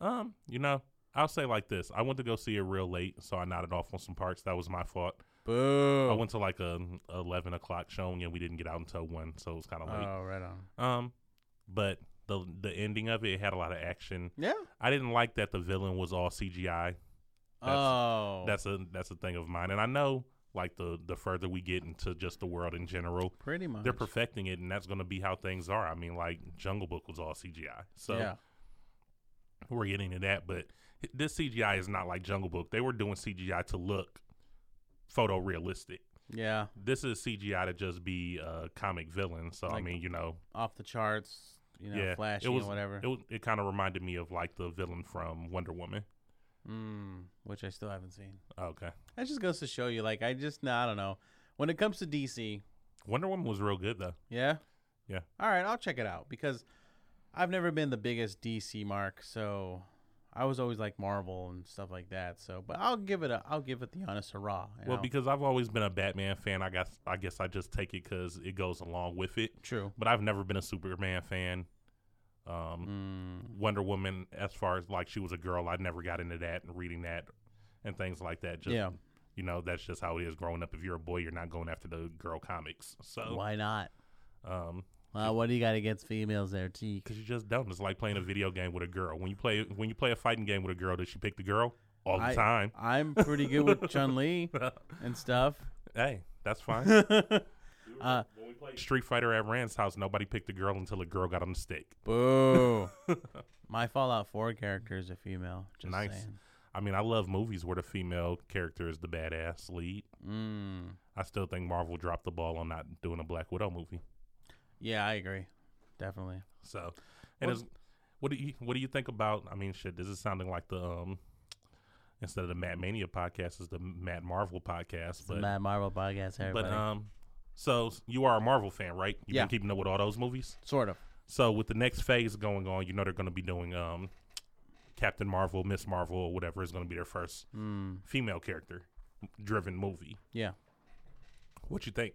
Speaker 1: Um, you know, I'll say like this: I went to go see it real late, so I nodded off on some parts. That was my fault.
Speaker 2: Boo.
Speaker 1: I went to like a eleven o'clock showing, and we didn't get out until one, so it was kind of late.
Speaker 2: oh, right on.
Speaker 1: Um, but the the ending of it, it had a lot of action.
Speaker 2: Yeah.
Speaker 1: I didn't like that the villain was all CGI.
Speaker 2: oh,
Speaker 1: That's a that's a thing of mine, and I know like the the further we get into just the world in general,
Speaker 2: pretty much.
Speaker 1: they're perfecting it, and that's going to be how things are. I mean, like Jungle Book was all CGI, so
Speaker 2: yeah.
Speaker 1: we're getting to that. But this CGI is not like Jungle Book. They were doing CGI to look photorealistic.
Speaker 2: Yeah.
Speaker 1: this is CGI to just be a comic villain. So I
Speaker 2: Like,
Speaker 1: mean, you know,
Speaker 2: Off the charts. You know,
Speaker 1: yeah,
Speaker 2: flashy
Speaker 1: it was
Speaker 2: and whatever.
Speaker 1: It, was- it kind of reminded me of like the villain from Wonder Woman.
Speaker 2: mm, which I still haven't seen.
Speaker 1: Okay,
Speaker 2: That just goes to show you, like, I just, nah, I don't know. When it comes to DC,
Speaker 1: Wonder Woman was real good though.
Speaker 2: Yeah.
Speaker 1: Yeah.
Speaker 2: All right, I'll check it out because I've never been the biggest DC mark, so I was always like Marvel and stuff like that. So, but I'll give it a, I'll give it the honest hurrah. you
Speaker 1: Well,
Speaker 2: know?
Speaker 1: because I've always been a Batman fan, I guess I guess I just take it because it goes along with it.
Speaker 2: true.
Speaker 1: But I've never been a Superman fan, Um,
Speaker 2: Mm.
Speaker 1: Wonder Woman, as far as like she was a girl, I never got into that and reading that and things like that. Just,
Speaker 2: Yeah.
Speaker 1: You know, that's just how it is growing up. If you're a boy, you're not going after the girl comics. So,
Speaker 2: Why not?
Speaker 1: um,
Speaker 2: Well, what do you got against females there, T?
Speaker 1: because you just don't. It's like playing a video game with a girl. When you play when you play a fighting game with a girl, does she pick the girl all the
Speaker 2: I-
Speaker 1: time?
Speaker 2: I'm pretty good with Chun Li and stuff.
Speaker 1: Hey, that's fine.
Speaker 2: Uh,
Speaker 1: Street Fighter at Rand's house, nobody picked the girl until the girl got on the stick.
Speaker 2: boo. My Fallout 4 character is a female. Just
Speaker 1: Nice.
Speaker 2: saying.
Speaker 1: I mean, I love movies where the female character is the badass lead.
Speaker 2: Mm.
Speaker 1: I still think Marvel dropped the ball on not doing a Black Widow movie.
Speaker 2: Yeah, I agree. Definitely.
Speaker 1: So, and it's, what do you what do you think about? I mean, shit, this is sounding like the um instead of the Matt Mania podcast, is the Matt Marvel podcast.
Speaker 2: The
Speaker 1: But
Speaker 2: Mad Marvel podcast,
Speaker 1: but
Speaker 2: everybody.
Speaker 1: um, so you are a Marvel fan, right? You've
Speaker 2: Yeah.
Speaker 1: been keeping up with all those movies.
Speaker 2: sort of.
Speaker 1: So with the next phase going on, you know they're going to be doing um, Captain Marvel, Miss Marvel, or whatever is going to be their first
Speaker 2: Hmm.
Speaker 1: female character driven movie.
Speaker 2: Yeah.
Speaker 1: What you think?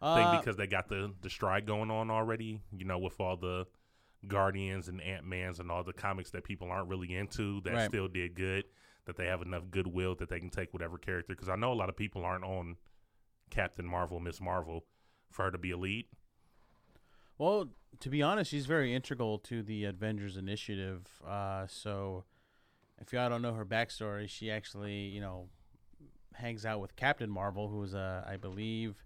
Speaker 2: Uh,
Speaker 1: think because they got the the stride going on already. You know, with all the Guardians and Ant Man's and all the comics that people aren't really into that
Speaker 2: Right.
Speaker 1: still did good. That they have enough goodwill that they can take whatever character. Because I know a lot of people aren't on Captain Marvel, Miss Marvel, for her to be a lead.
Speaker 2: Well, to be honest, she's very integral to the Avengers Initiative. Uh, so, if y'all don't know her backstory, she actually, you know, hangs out with Captain Marvel, who is, uh, I believe.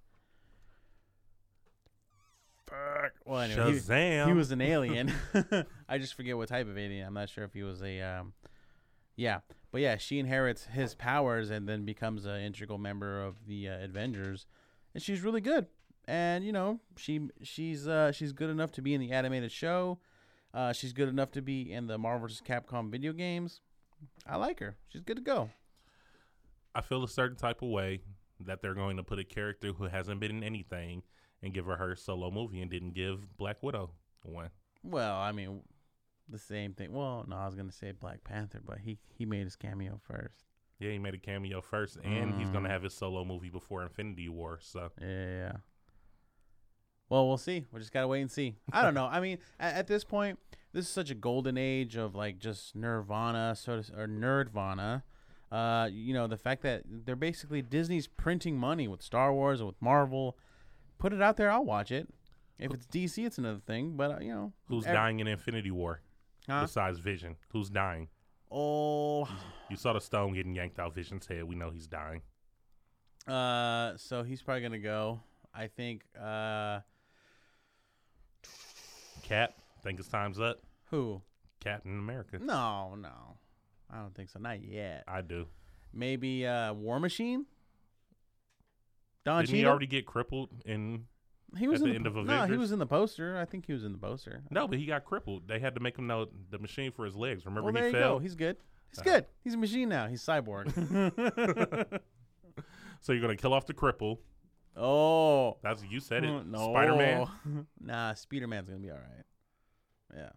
Speaker 2: Fuck. Well, anyway, he-
Speaker 1: Shazam!
Speaker 2: he was an alien. I just forget what type of alien. I'm not sure if he was a. Um, yeah, but yeah, she inherits his powers and then becomes an integral member of the uh, Avengers, and she's really good. And you know, she she's uh, she's good enough to be in the animated show. Uh, she's good enough to be in the Marvel vs. Capcom video games. I like her. She's good to go.
Speaker 1: I feel a certain type of way that they're going to put a character who hasn't been in anything and give her her solo movie and didn't give Black Widow one.
Speaker 2: Well, I mean, the same thing. Well, no, I was gonna say Black Panther, but he he made his cameo first.
Speaker 1: Yeah, he made a cameo first, and he's
Speaker 2: Mm.
Speaker 1: going to have his solo movie before Infinity War. So
Speaker 2: Yeah. Well, we'll see. We just gotta wait and see. I don't know. I mean, at, at this point, this is such a golden age of like just Nirvana, so to, s- or Nerdvana. Uh, you know, the fact that they're basically Disney's printing money with Star Wars or with Marvel. Put it out there. I'll watch it. If it's DC, it's another thing. But uh, you know,
Speaker 1: who's
Speaker 2: ev-
Speaker 1: dying in Infinity War
Speaker 2: Huh?
Speaker 1: besides Vision? Who's dying?
Speaker 2: Oh,
Speaker 1: You saw the stone getting yanked out Vision's head. We know he's dying.
Speaker 2: Uh, so he's probably gonna go. I think. Uh,
Speaker 1: Cap, think his time's up.
Speaker 2: who?
Speaker 1: Captain America.
Speaker 2: No, no, I don't think so. Not yet.
Speaker 1: I do.
Speaker 2: Maybe uh, War Machine. Don
Speaker 1: Didn't he
Speaker 2: Cheadle?
Speaker 1: already get crippled? In
Speaker 2: He was
Speaker 1: at
Speaker 2: in
Speaker 1: the end of
Speaker 2: no, he
Speaker 1: Avengers?
Speaker 2: was in the poster. I think he was in the poster.
Speaker 1: no, but he got crippled. They had to make him know the machine for his legs. Remember
Speaker 2: well,
Speaker 1: he
Speaker 2: there you
Speaker 1: fell. Uh-huh.
Speaker 2: go. He's good. He's good. He's a machine now. He's cyborg.
Speaker 1: so you're gonna kill off the cripple.
Speaker 2: oh
Speaker 1: That's you said it.
Speaker 2: no,
Speaker 1: Spider Man.
Speaker 2: nah, Spider Man's gonna be all right. Yeah,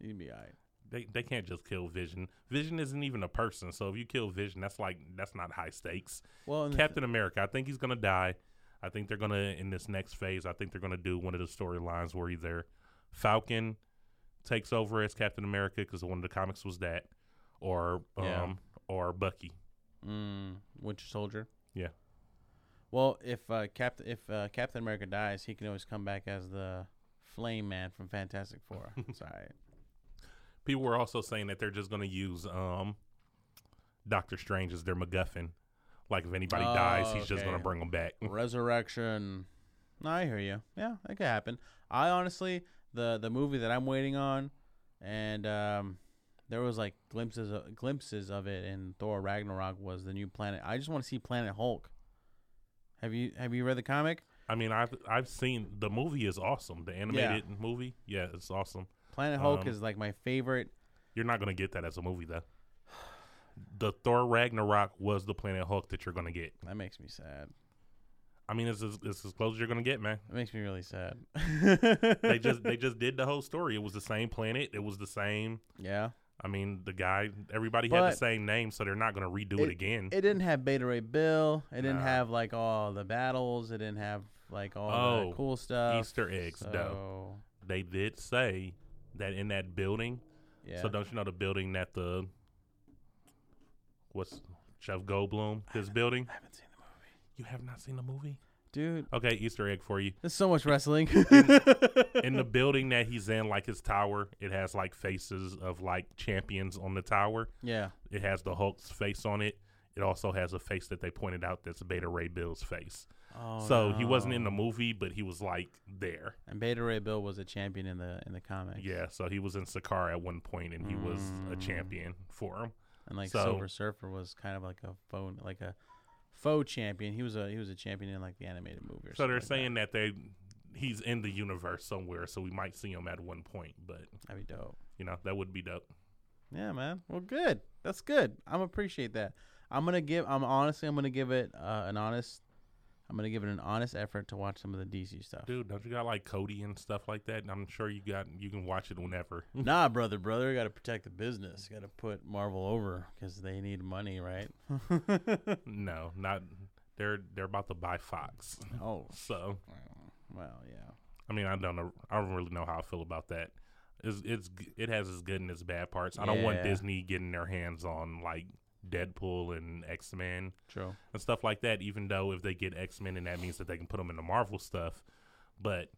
Speaker 2: he'd be all right.
Speaker 1: They they can't just kill Vision. Vision isn't even a person. So if you kill Vision, that's like that's not high stakes.
Speaker 2: Well, and the
Speaker 1: Captain America. I think he's gonna die. I think they're gonna in this next phase. I think they're gonna do one of the storylines where either Falcon takes over as Captain America because one of the comics was that, or um
Speaker 2: Yeah.
Speaker 1: or Bucky.
Speaker 2: mm, Winter Soldier.
Speaker 1: Yeah.
Speaker 2: Well, if uh, Captain if uh, Captain America dies, he can always come back as the Flame Man from Fantastic Four. it's all right.
Speaker 1: People were also saying that they're just going to use um, Doctor Strange as their MacGuffin. Like if anybody
Speaker 2: Oh,
Speaker 1: dies, he's just
Speaker 2: okay.
Speaker 1: going to bring them back.
Speaker 2: Resurrection. No, I hear you. Yeah, that could happen. I honestly, the the movie that I'm waiting on, and um, there was like glimpses of, glimpses of it in Thor Ragnarok was the new planet. I just want to see Planet Hulk. Have you have you read the comic?
Speaker 1: I mean, I've I've seen the movie is awesome. The animated movie, yeah, it's awesome.
Speaker 2: Planet Hulk
Speaker 1: Um,
Speaker 2: is like my favorite.
Speaker 1: You're not going to get that as a movie though. The Thor Ragnarok was the Planet Hulk that you're going to get.
Speaker 2: That makes me sad.
Speaker 1: I mean, it's as, it's as close as you're going to get, man.
Speaker 2: That makes me really sad.
Speaker 1: They just they just did the whole story. It was the same planet. It was the same.
Speaker 2: yeah.
Speaker 1: I mean, the guy. Everybody had
Speaker 2: But-
Speaker 1: the same name, so they're not going to redo it, again.
Speaker 2: It didn't have Beta Ray Bill. It didn't
Speaker 1: Nah.
Speaker 2: have like all the battles. It didn't have like all
Speaker 1: Oh,
Speaker 2: the cool stuff.
Speaker 1: Easter eggs,
Speaker 2: so,
Speaker 1: though. they did say that in that building.
Speaker 2: Yeah.
Speaker 1: So don't you know the building that the what's Jeff Goldblum? His building.
Speaker 2: I haven't seen the movie,
Speaker 1: You have not seen the movie?
Speaker 2: dude.
Speaker 1: Okay, Easter egg for you.
Speaker 2: There's so much wrestling.
Speaker 1: in the building that he's in, like his tower, it has like faces of like champions on the tower.
Speaker 2: yeah.
Speaker 1: It has the Hulk's face on it. It also has a face that they pointed out that's Beta Ray Bill's face.
Speaker 2: Oh,
Speaker 1: so he wasn't
Speaker 2: no.
Speaker 1: in the movie, but he was like there.
Speaker 2: And Beta Ray Bill was a champion in the in the comics.
Speaker 1: Yeah, so he was in Sakaar at one point, and he was a champion for him.
Speaker 2: And like
Speaker 1: So-
Speaker 2: Silver Surfer was kind of like a phone like a faux champion. He was a he was a champion in like the animated movie. Or
Speaker 1: So they're
Speaker 2: something
Speaker 1: saying that they he's in the universe somewhere, so we might see him at one point. But
Speaker 2: like that. would be dope.
Speaker 1: you know that would be dope.
Speaker 2: Yeah, man. Well, good. That's good. I'm appreciate that. I'm gonna give. I'm honestly. I'm gonna give it uh, an honest. I'm gonna give it an honest effort to watch some of the DC stuff.
Speaker 1: Dude, don't you got like Cody and stuff like that? And I'm sure you got you can watch it whenever.
Speaker 2: Nah, brother, brother, got to protect the business. Got to put Marvel over because they need money, right?
Speaker 1: no, not they're they're about to buy Fox.
Speaker 2: oh,
Speaker 1: So
Speaker 2: well, yeah.
Speaker 1: I mean I don't know I don't really know how I feel about that. It's it's g- it has its good and its bad parts. I don't want
Speaker 2: Yeah.
Speaker 1: Disney getting their hands on like Deadpool and X Men
Speaker 2: True.
Speaker 1: and stuff like that. Even though if they get X Men, and that means that they can put them in the Marvel stuff, but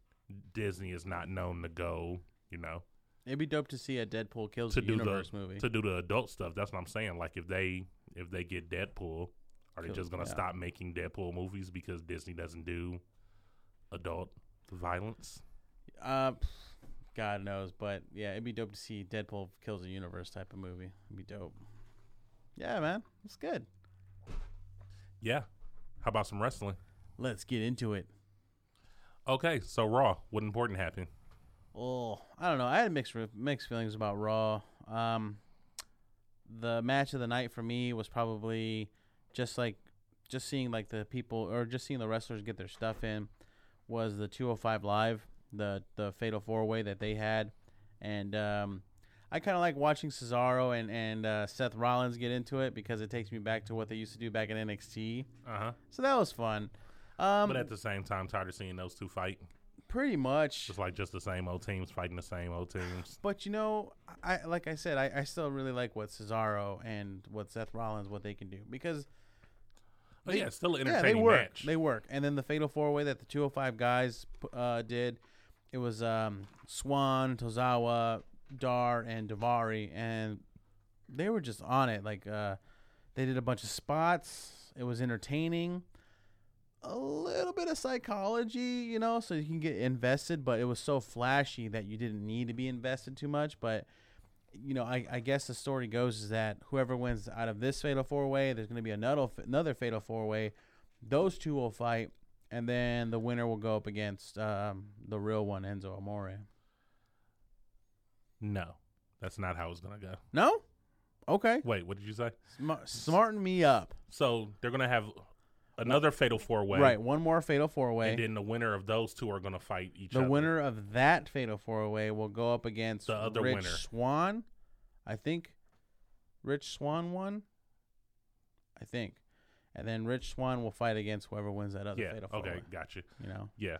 Speaker 1: Disney is not known to go. You know,
Speaker 2: It'd be dope to see a Deadpool kills
Speaker 1: to
Speaker 2: the
Speaker 1: do
Speaker 2: universe
Speaker 1: the
Speaker 2: movie.
Speaker 1: to do the adult stuff. That's what I'm saying. Like if they if they get Deadpool, are they
Speaker 2: Kill-
Speaker 1: just gonna
Speaker 2: yeah.
Speaker 1: stop making Deadpool movies because Disney doesn't do adult violence?
Speaker 2: uh, pff, God knows, but yeah, it'd be dope to see Deadpool kills the universe type of movie. It'd be dope. Yeah, man, it's good.
Speaker 1: Yeah. How about some wrestling?
Speaker 2: Let's get into it.
Speaker 1: Okay, so Raw. What important happened?
Speaker 2: Oh, I don't know. I had mixed re- mixed feelings about Raw. Um, the match of the night for me was probably just like just seeing like the people or just seeing the wrestlers get their stuff in was the 205 live the the fatal four way that they had and um I kind of like watching Cesaro and and uh, Seth Rollins get into it because it takes me back to what they used to do back in NXT.
Speaker 1: Uh huh.
Speaker 2: So that was fun. Um,
Speaker 1: But at the same time, tired of seeing those two fight.
Speaker 2: pretty much.
Speaker 1: Just like just the same old teams fighting the same old teams.
Speaker 2: But you know, I like I said, I, I still really like what Cesaro and what Seth Rollins what they can do because
Speaker 1: But Oh, yeah, still an
Speaker 2: yeah they
Speaker 1: entertaining
Speaker 2: work
Speaker 1: match.
Speaker 2: they work. And then the Fatal Four Way that the 205 guys p- uh, did, it was um, Swan, Tozawa, Dar, and Davari, and they were just on it. Like uh, they did a bunch of spots. It was entertaining. A little bit of psychology, you know, so you can get invested, but it was so flashy that you didn't need to be invested too much. But you know, I, I guess the story goes is that whoever wins out of this fatal four way, there's going to be another another fatal four way. Those two will fight, and then the winner will go up against um, the real one, Enzo Amore.
Speaker 1: no, that's not how it's gonna go.
Speaker 2: No, okay,
Speaker 1: Wait, what did you say?
Speaker 2: Sm- smarten me up.
Speaker 1: So they're gonna have another fatal four way,
Speaker 2: Right, one more fatal four way.
Speaker 1: And then the winner of those two are gonna fight each
Speaker 2: The
Speaker 1: other.
Speaker 2: winner of that fatal four way will go up against
Speaker 1: The other
Speaker 2: Rich
Speaker 1: winner.
Speaker 2: Swan. I think Rich Swan won. I think, and then Rich Swan will fight against whoever wins that other
Speaker 1: yeah,
Speaker 2: fatal four
Speaker 1: okay,
Speaker 2: way.
Speaker 1: gotcha.
Speaker 2: You know.
Speaker 1: Yeah,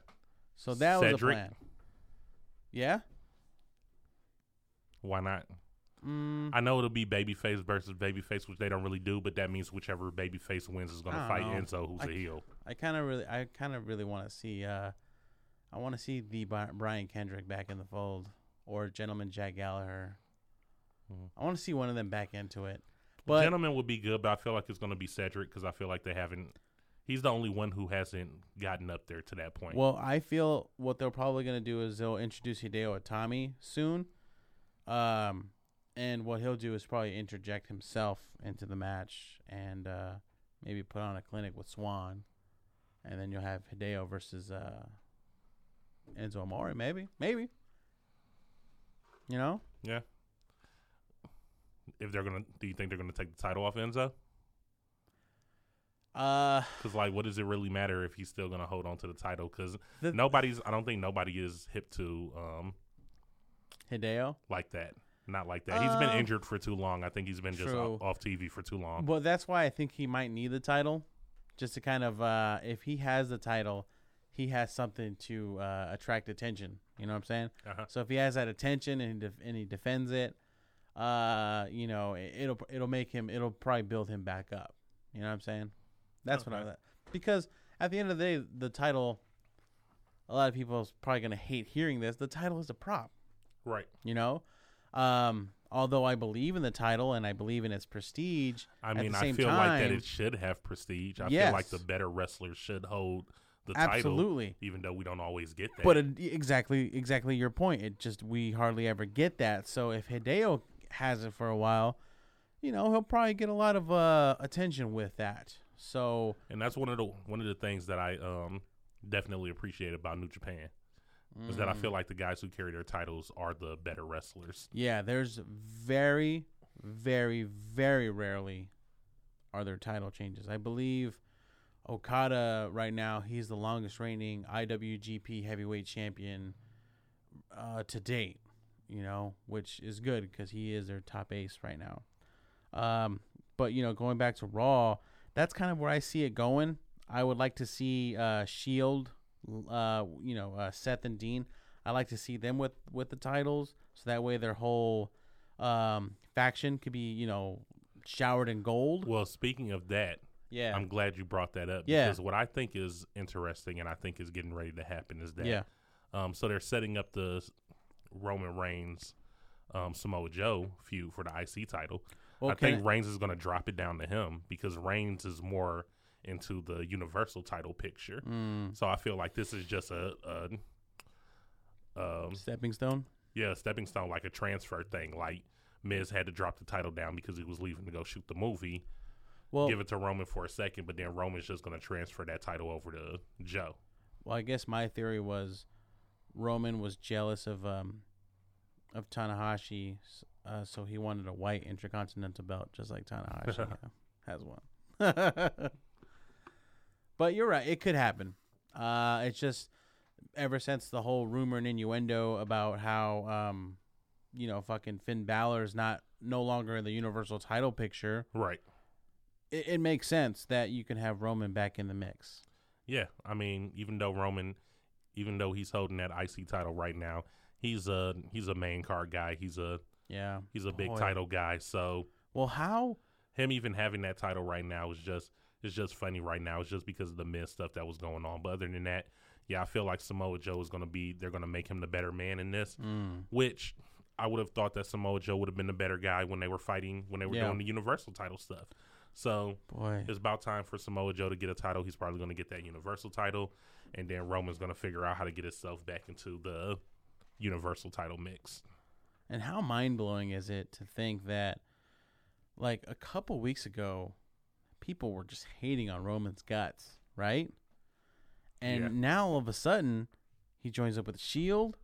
Speaker 2: So that was the
Speaker 1: Cedric.
Speaker 2: plan. Yeah.
Speaker 1: why not?
Speaker 2: Mm,
Speaker 1: I know it'll be babyface versus babyface, which they don't really do, but that means whichever babyface wins is gonna
Speaker 2: I
Speaker 1: fight
Speaker 2: don't know.
Speaker 1: Enzo, who's
Speaker 2: I-
Speaker 1: a heel.
Speaker 2: I kind of really, I kind of really want to see. Uh, I want to see the Bri- Brian Kendrick back in the fold, or Gentleman Jack Gallagher. I want to see one of them back into it. But
Speaker 1: Gentleman would be good, but I feel like it's gonna be Cedric because I feel like they haven't. He's the only one who hasn't gotten up there to that point.
Speaker 2: well, I feel what they're probably gonna do is they'll introduce Hideo Itami soon, um, and what he'll do is probably interject himself into the match and uh, maybe put on a clinic with Swan, and then you'll have Hideo versus uh, Enzo Amore, maybe, maybe. You know,
Speaker 1: yeah. If they're gonna, do you think they're gonna take the title off Enzo?
Speaker 2: uh,
Speaker 1: Because like, what does it really matter if he's still gonna hold on to the title? Because
Speaker 2: The-
Speaker 1: nobody's. I don't think nobody is hip to um
Speaker 2: Hideo.
Speaker 1: like that. Not like that. he's been
Speaker 2: Uh,
Speaker 1: injured for too long. I think he's been just
Speaker 2: true.
Speaker 1: off, off TV for too long.
Speaker 2: Well, that's why I think he might need the title, just to kind of uh, if he has the title, he has something to uh, attract attention. You know what I'm saying?
Speaker 1: Uh-huh.
Speaker 2: So if he has that attention and he, def- and he defends it, uh, you know, it, it'll it'll make him it'll probably build him back up. You know what I'm saying? That's what I
Speaker 1: Okay.
Speaker 2: thought. Because at the end of the day, the title, a lot of people is probably gonna hate hearing this. The title is a prop
Speaker 1: Right.
Speaker 2: you know um although i believe in the title and i believe in its prestige
Speaker 1: I
Speaker 2: at
Speaker 1: mean,
Speaker 2: the
Speaker 1: I
Speaker 2: same
Speaker 1: feel
Speaker 2: time,
Speaker 1: like that it should have prestige. I feel like the
Speaker 2: Yes.
Speaker 1: better wrestlers should hold the title,
Speaker 2: absolutely
Speaker 1: even though we don't always get that.
Speaker 2: but it, exactly exactly your point it just we hardly ever get that so if hideo has it for a while you know he'll probably get a lot of uh attention with that so
Speaker 1: and that's one of the one of the things that I um definitely appreciate about New Japan is that I
Speaker 2: Mm.
Speaker 1: feel like the guys who carry their titles are the better wrestlers.
Speaker 2: yeah there's very very very rarely are there title changes i believe Okada right now, he's the longest reigning IWGP heavyweight champion uh, to date, you know, which is good because he is their top ace right now. Um, but, you know, going back to Raw, that's kind of where I see it going. I would like to see uh, Shield, uh, you know, uh, Seth and Dean. I like to see them with, with the titles so that way their whole um, faction could be, you know, showered in gold.
Speaker 1: Well, speaking of that,
Speaker 2: Yeah.
Speaker 1: I'm glad you brought that up
Speaker 2: Yeah.
Speaker 1: because what I think is interesting and I think is getting ready to happen is that
Speaker 2: Yeah.
Speaker 1: um so they're setting up the s- Roman Reigns um Samoa Joe feud for the IC title. I
Speaker 2: Okay.
Speaker 1: think Reigns is going to drop it down to him because Reigns is more into the universal title picture. So I feel like this is just a, a um
Speaker 2: Stepping stone.
Speaker 1: yeah, stepping stone, like a transfer thing. Like Miz had to drop the title down because he was leaving to go shoot the movie.
Speaker 2: Well,
Speaker 1: Give it to Roman for a second, but then Roman's just going to transfer that title over to Joe.
Speaker 2: well, I guess my theory was Roman was jealous of um of Tanahashi, s- uh, so he wanted a white intercontinental belt, just like Tanahashi ha- has one. but you're right; it could happen. Uh, it's just ever since the whole rumor and innuendo about how um you know fucking Finn Balor's not no longer in the Universal title picture,
Speaker 1: Right.
Speaker 2: it, it makes sense that you can have Roman back in the mix.
Speaker 1: Yeah. I mean, even though Roman, even though he's holding that IC title right now, he's a he's a main card guy. He's a
Speaker 2: Oh, Yeah,
Speaker 1: he's a big
Speaker 2: Boy.
Speaker 1: title guy. So
Speaker 2: Well, how?
Speaker 1: him even having that title right now is just it's just funny right now. It's just because of the Miz stuff that was going on. But other than that, yeah, I feel like Samoa Joe is going to be they're going to make him the better man in this,
Speaker 2: Mm.
Speaker 1: which I would have thought that Samoa Joe would have been the better guy when they were fighting when they were
Speaker 2: Yeah.
Speaker 1: doing the Universal title stuff. So
Speaker 2: Boy.
Speaker 1: it's about time for Samoa Joe to get a title. He's probably going to get that Universal title, and then Roman's going to figure out how to get himself back into the Universal title mix.
Speaker 2: And how mind blowing is it to think that, like, a couple weeks ago, people were just hating on Roman's guts, right? And
Speaker 1: Yeah.
Speaker 2: now all of a sudden, he joins up with the Shield,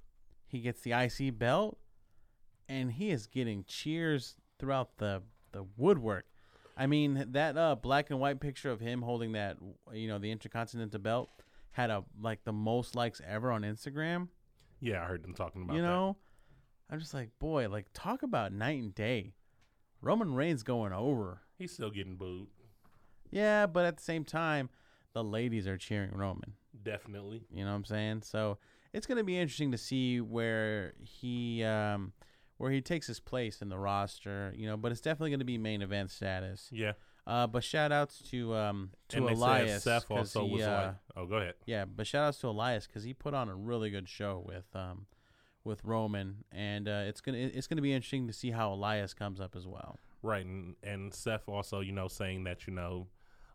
Speaker 2: he gets the IC belt, and he is getting cheers throughout the, the woodwork. I mean, that uh, black and white picture of him holding that, you know, the Intercontinental belt had a like the most likes ever on Instagram.
Speaker 1: Yeah, I heard them talking about
Speaker 2: you
Speaker 1: that.
Speaker 2: know i'm just like boy like talk about night and day roman reigns going over
Speaker 1: He's still getting booed,
Speaker 2: yeah but at the same time the ladies are cheering roman
Speaker 1: definitely.
Speaker 2: you know what i'm saying so it's going to be interesting to see where he um where he takes his place in the roster you know but it's definitely going to be main event status
Speaker 1: Yeah.
Speaker 2: uh but shout outs to um to
Speaker 1: and they said
Speaker 2: elias
Speaker 1: Seth
Speaker 2: 'cause
Speaker 1: also
Speaker 2: he,
Speaker 1: was
Speaker 2: uh,
Speaker 1: like, "Oh, go ahead."
Speaker 2: Yeah, but shout outs to Elias because he put on a really good show with um with Roman, and uh, it's gonna it's gonna be interesting to see how Elias comes up as well.
Speaker 1: Right, and, and Seth also, you know, saying that you know,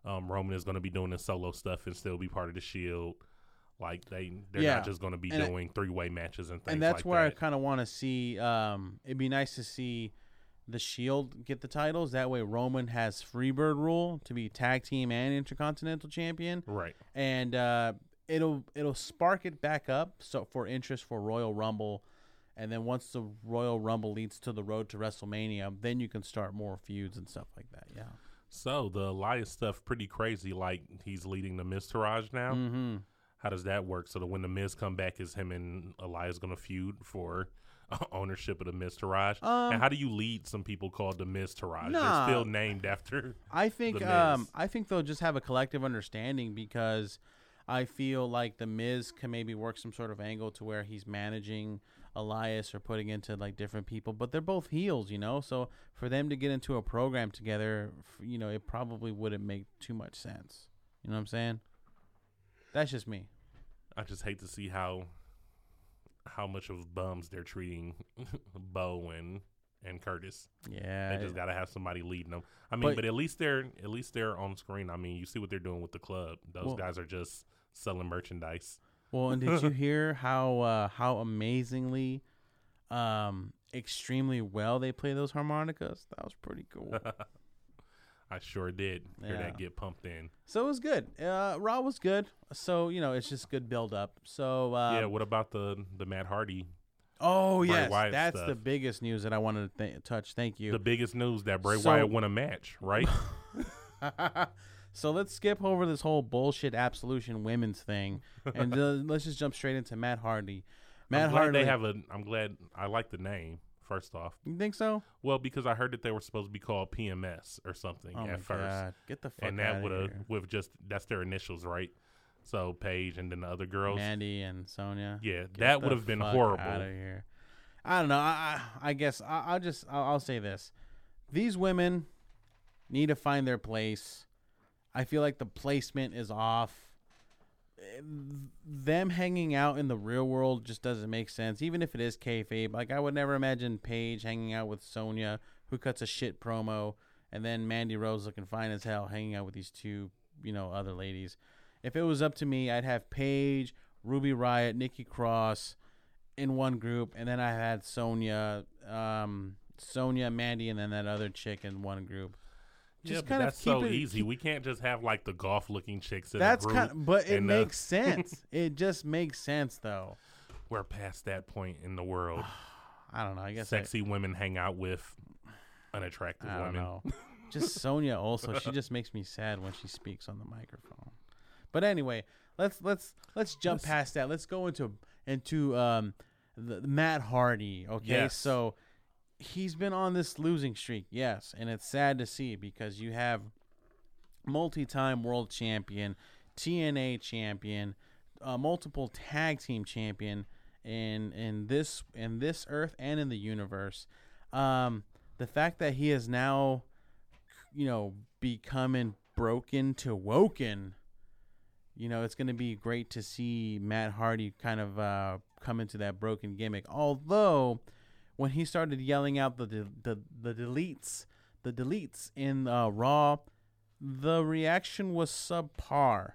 Speaker 1: um, Roman is going to be doing his solo stuff and still be part of the Shield. Like they, they're
Speaker 2: Yeah,
Speaker 1: not just going to be
Speaker 2: and I-
Speaker 1: doing three way matches and things.
Speaker 2: and that's
Speaker 1: like
Speaker 2: where I
Speaker 1: that.
Speaker 2: kind of want to see. Um, it'd be nice to see the Shield get the titles. That way, Roman has Freebird rule to be tag team and intercontinental champion,
Speaker 1: right,
Speaker 2: and uh, it'll it'll spark it back up so for interest for Royal Rumble. And then once the Royal Rumble leads to the road to WrestleMania, then you can start more feuds and stuff like that. Yeah.
Speaker 1: so the Elias stuff pretty crazy. Like he's leading the Miz Taraj now.
Speaker 2: Mm-hmm.
Speaker 1: How does that work? So that when the Miz come back, is him and Elias going to feud for? Ownership of the Miz Taraj,
Speaker 2: Um,
Speaker 1: and how do you lead some people called the Miz Taraj?
Speaker 2: nah.
Speaker 1: They're still named after.
Speaker 2: I think
Speaker 1: The
Speaker 2: um,
Speaker 1: Miz.
Speaker 2: I think they'll just have a collective understanding because I feel like the Miz can maybe work some sort of angle to where he's managing Elias or putting into like different people, but they're both heels, you know. So for them to get into a program together, f- you know, it probably wouldn't make too much sense. You know what I'm saying? That's just me.
Speaker 1: I just hate to see how how much of bums they're treating Bo and and Curtis.
Speaker 2: Yeah.
Speaker 1: They just gotta have somebody leading them. I mean,
Speaker 2: But-
Speaker 1: but, at least they're at least they're on screen. I mean, you see what they're doing with the club. Those
Speaker 2: Well-
Speaker 1: guys are just selling merchandise.
Speaker 2: Well, and did you hear how uh, how amazingly, um, extremely well they play those harmonicas? That was pretty cool.
Speaker 1: I sure did hear
Speaker 2: Yeah.
Speaker 1: that get pumped in.
Speaker 2: so it was good. Uh, Raw was good. So you know, it's just good build up. So uh,
Speaker 1: yeah. What about the the Matt Hardy?
Speaker 2: oh
Speaker 1: Bray
Speaker 2: yes,
Speaker 1: Wyatt
Speaker 2: that's
Speaker 1: stuff.
Speaker 2: the biggest news that I wanted to th- touch. Thank you.
Speaker 1: The biggest news that Bray
Speaker 2: So-
Speaker 1: Wyatt won a match, right?
Speaker 2: so let's skip over this whole bullshit absolution women's thing, and uh, let's just jump straight into Matt Hardy. Matt
Speaker 1: I'm glad
Speaker 2: Hardy.
Speaker 1: they have a. I'm glad I like the name first off.
Speaker 2: you think so?
Speaker 1: Well, because I heard that they were supposed to be called PMS or something
Speaker 2: Oh
Speaker 1: at
Speaker 2: my
Speaker 1: first,
Speaker 2: god! Get the fuck
Speaker 1: and
Speaker 2: out
Speaker 1: that would
Speaker 2: of
Speaker 1: have
Speaker 2: here.
Speaker 1: with just that's their initials, right? So Paige and then the other girls.
Speaker 2: Mandy and Sonia.
Speaker 1: Yeah,
Speaker 2: Get
Speaker 1: that
Speaker 2: the
Speaker 1: would have been
Speaker 2: fuck
Speaker 1: horrible.
Speaker 2: outta here. I don't know. I I, I guess I, I'll just I'll, I'll say this: these women need to find their place. I feel like the placement is off. Eh, Them hanging out in the real world just doesn't make sense. Even if it is kayfabe, like I would never imagine Paige hanging out with Sonia, who cuts a shit promo, and then Mandy Rose looking fine as hell hanging out with these two, you know, other ladies. If it was up to me, I'd have Paige, Ruby Riot, Nikki Cross in one group, and then I had Sonia, um, Sonia, Mandy, and then that other chick in one group.
Speaker 1: Yeah,
Speaker 2: Just
Speaker 1: but
Speaker 2: kind of
Speaker 1: that's
Speaker 2: keep
Speaker 1: so
Speaker 2: it-
Speaker 1: easy.
Speaker 2: keep-
Speaker 1: we can't just have like the golf looking chicks in
Speaker 2: that's
Speaker 1: a group.
Speaker 2: kind of, but it
Speaker 1: and, uh,
Speaker 2: makes sense. It just makes sense, though.
Speaker 1: we're past that point in the world.
Speaker 2: I don't know. I guess I-
Speaker 1: Sexy women hang out with unattractive
Speaker 2: I, don't
Speaker 1: women.
Speaker 2: know. just Sonia also. She just makes me sad when she speaks on the microphone. But anyway, let's let's let's jump past that. Let's go into into um the, Matt Hardy. Okay,
Speaker 1: Yes.
Speaker 2: so he's been on this losing streak. Yes, and it's sad to see because you have multi-time world champion, TNA champion, uh, multiple tag team champion in in this in this earth and in the universe. Um, the fact that he is now, you know, becoming broken to woken. You know, it's going to be great to see Matt Hardy kind of uh, come into that broken gimmick. Although, when he started yelling out the de- the, the deletes, the deletes in uh, Raw, the reaction was subpar.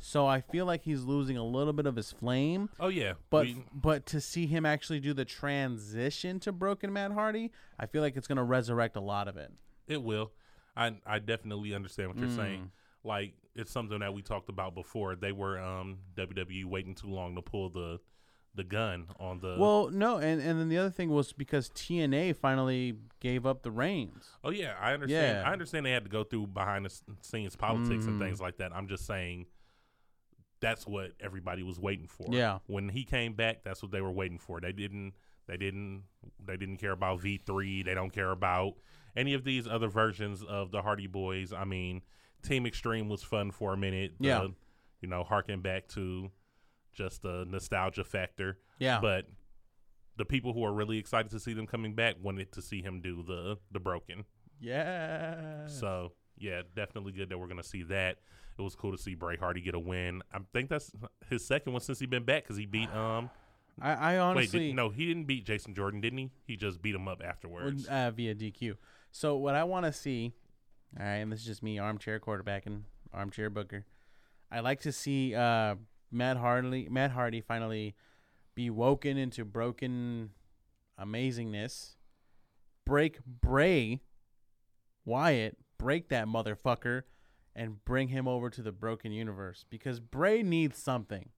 Speaker 2: So I feel like he's losing a little bit of his flame.
Speaker 1: Oh yeah,
Speaker 2: But
Speaker 1: we-
Speaker 2: but to see him actually do the transition to Broken Matt Hardy, I feel like it's going to resurrect a lot of it.
Speaker 1: It will. I I definitely understand what you're
Speaker 2: Mm.
Speaker 1: saying. Like it's something that we talked about before. They were um WWE waiting too long to pull the the gun on the
Speaker 2: Well, no, and and then the other thing was because TNA finally gave up the reins.
Speaker 1: Oh yeah, I understand.
Speaker 2: Yeah. Mm-hmm.
Speaker 1: I understand they had to go through behind the s- scenes politics and things like that. I'm just saying that's what everybody was waiting for.
Speaker 2: Yeah.
Speaker 1: When he came back, that's what they were waiting for. They didn't they didn't they didn't care about V3, they don't care about any of these other versions of the Hardy Boys. I mean, Team Extreme was fun for a minute. The-
Speaker 2: Yeah.
Speaker 1: You know, harken back to just the nostalgia factor.
Speaker 2: Yeah.
Speaker 1: But the people who are really excited to see them coming back wanted to see him do the the broken.
Speaker 2: Yeah.
Speaker 1: So yeah, definitely good that we're gonna see that. It was cool to see Bray Hardy get a win. I think that's his second one since he been back because he beat um.
Speaker 2: I, I honestly
Speaker 1: wait, did, no, he didn't beat Jason Jordan, didn't he? He just beat him up afterwards.
Speaker 2: uh, via DQ. So what I want to see, all right, and this is just me armchair quarterbacking, armchair booker. I like to see uh, Matt Hardy, Matt Hardy finally be woken into broken amazingness. Break Bray Wyatt, break that motherfucker, and bring him over to the broken universe because Bray needs something.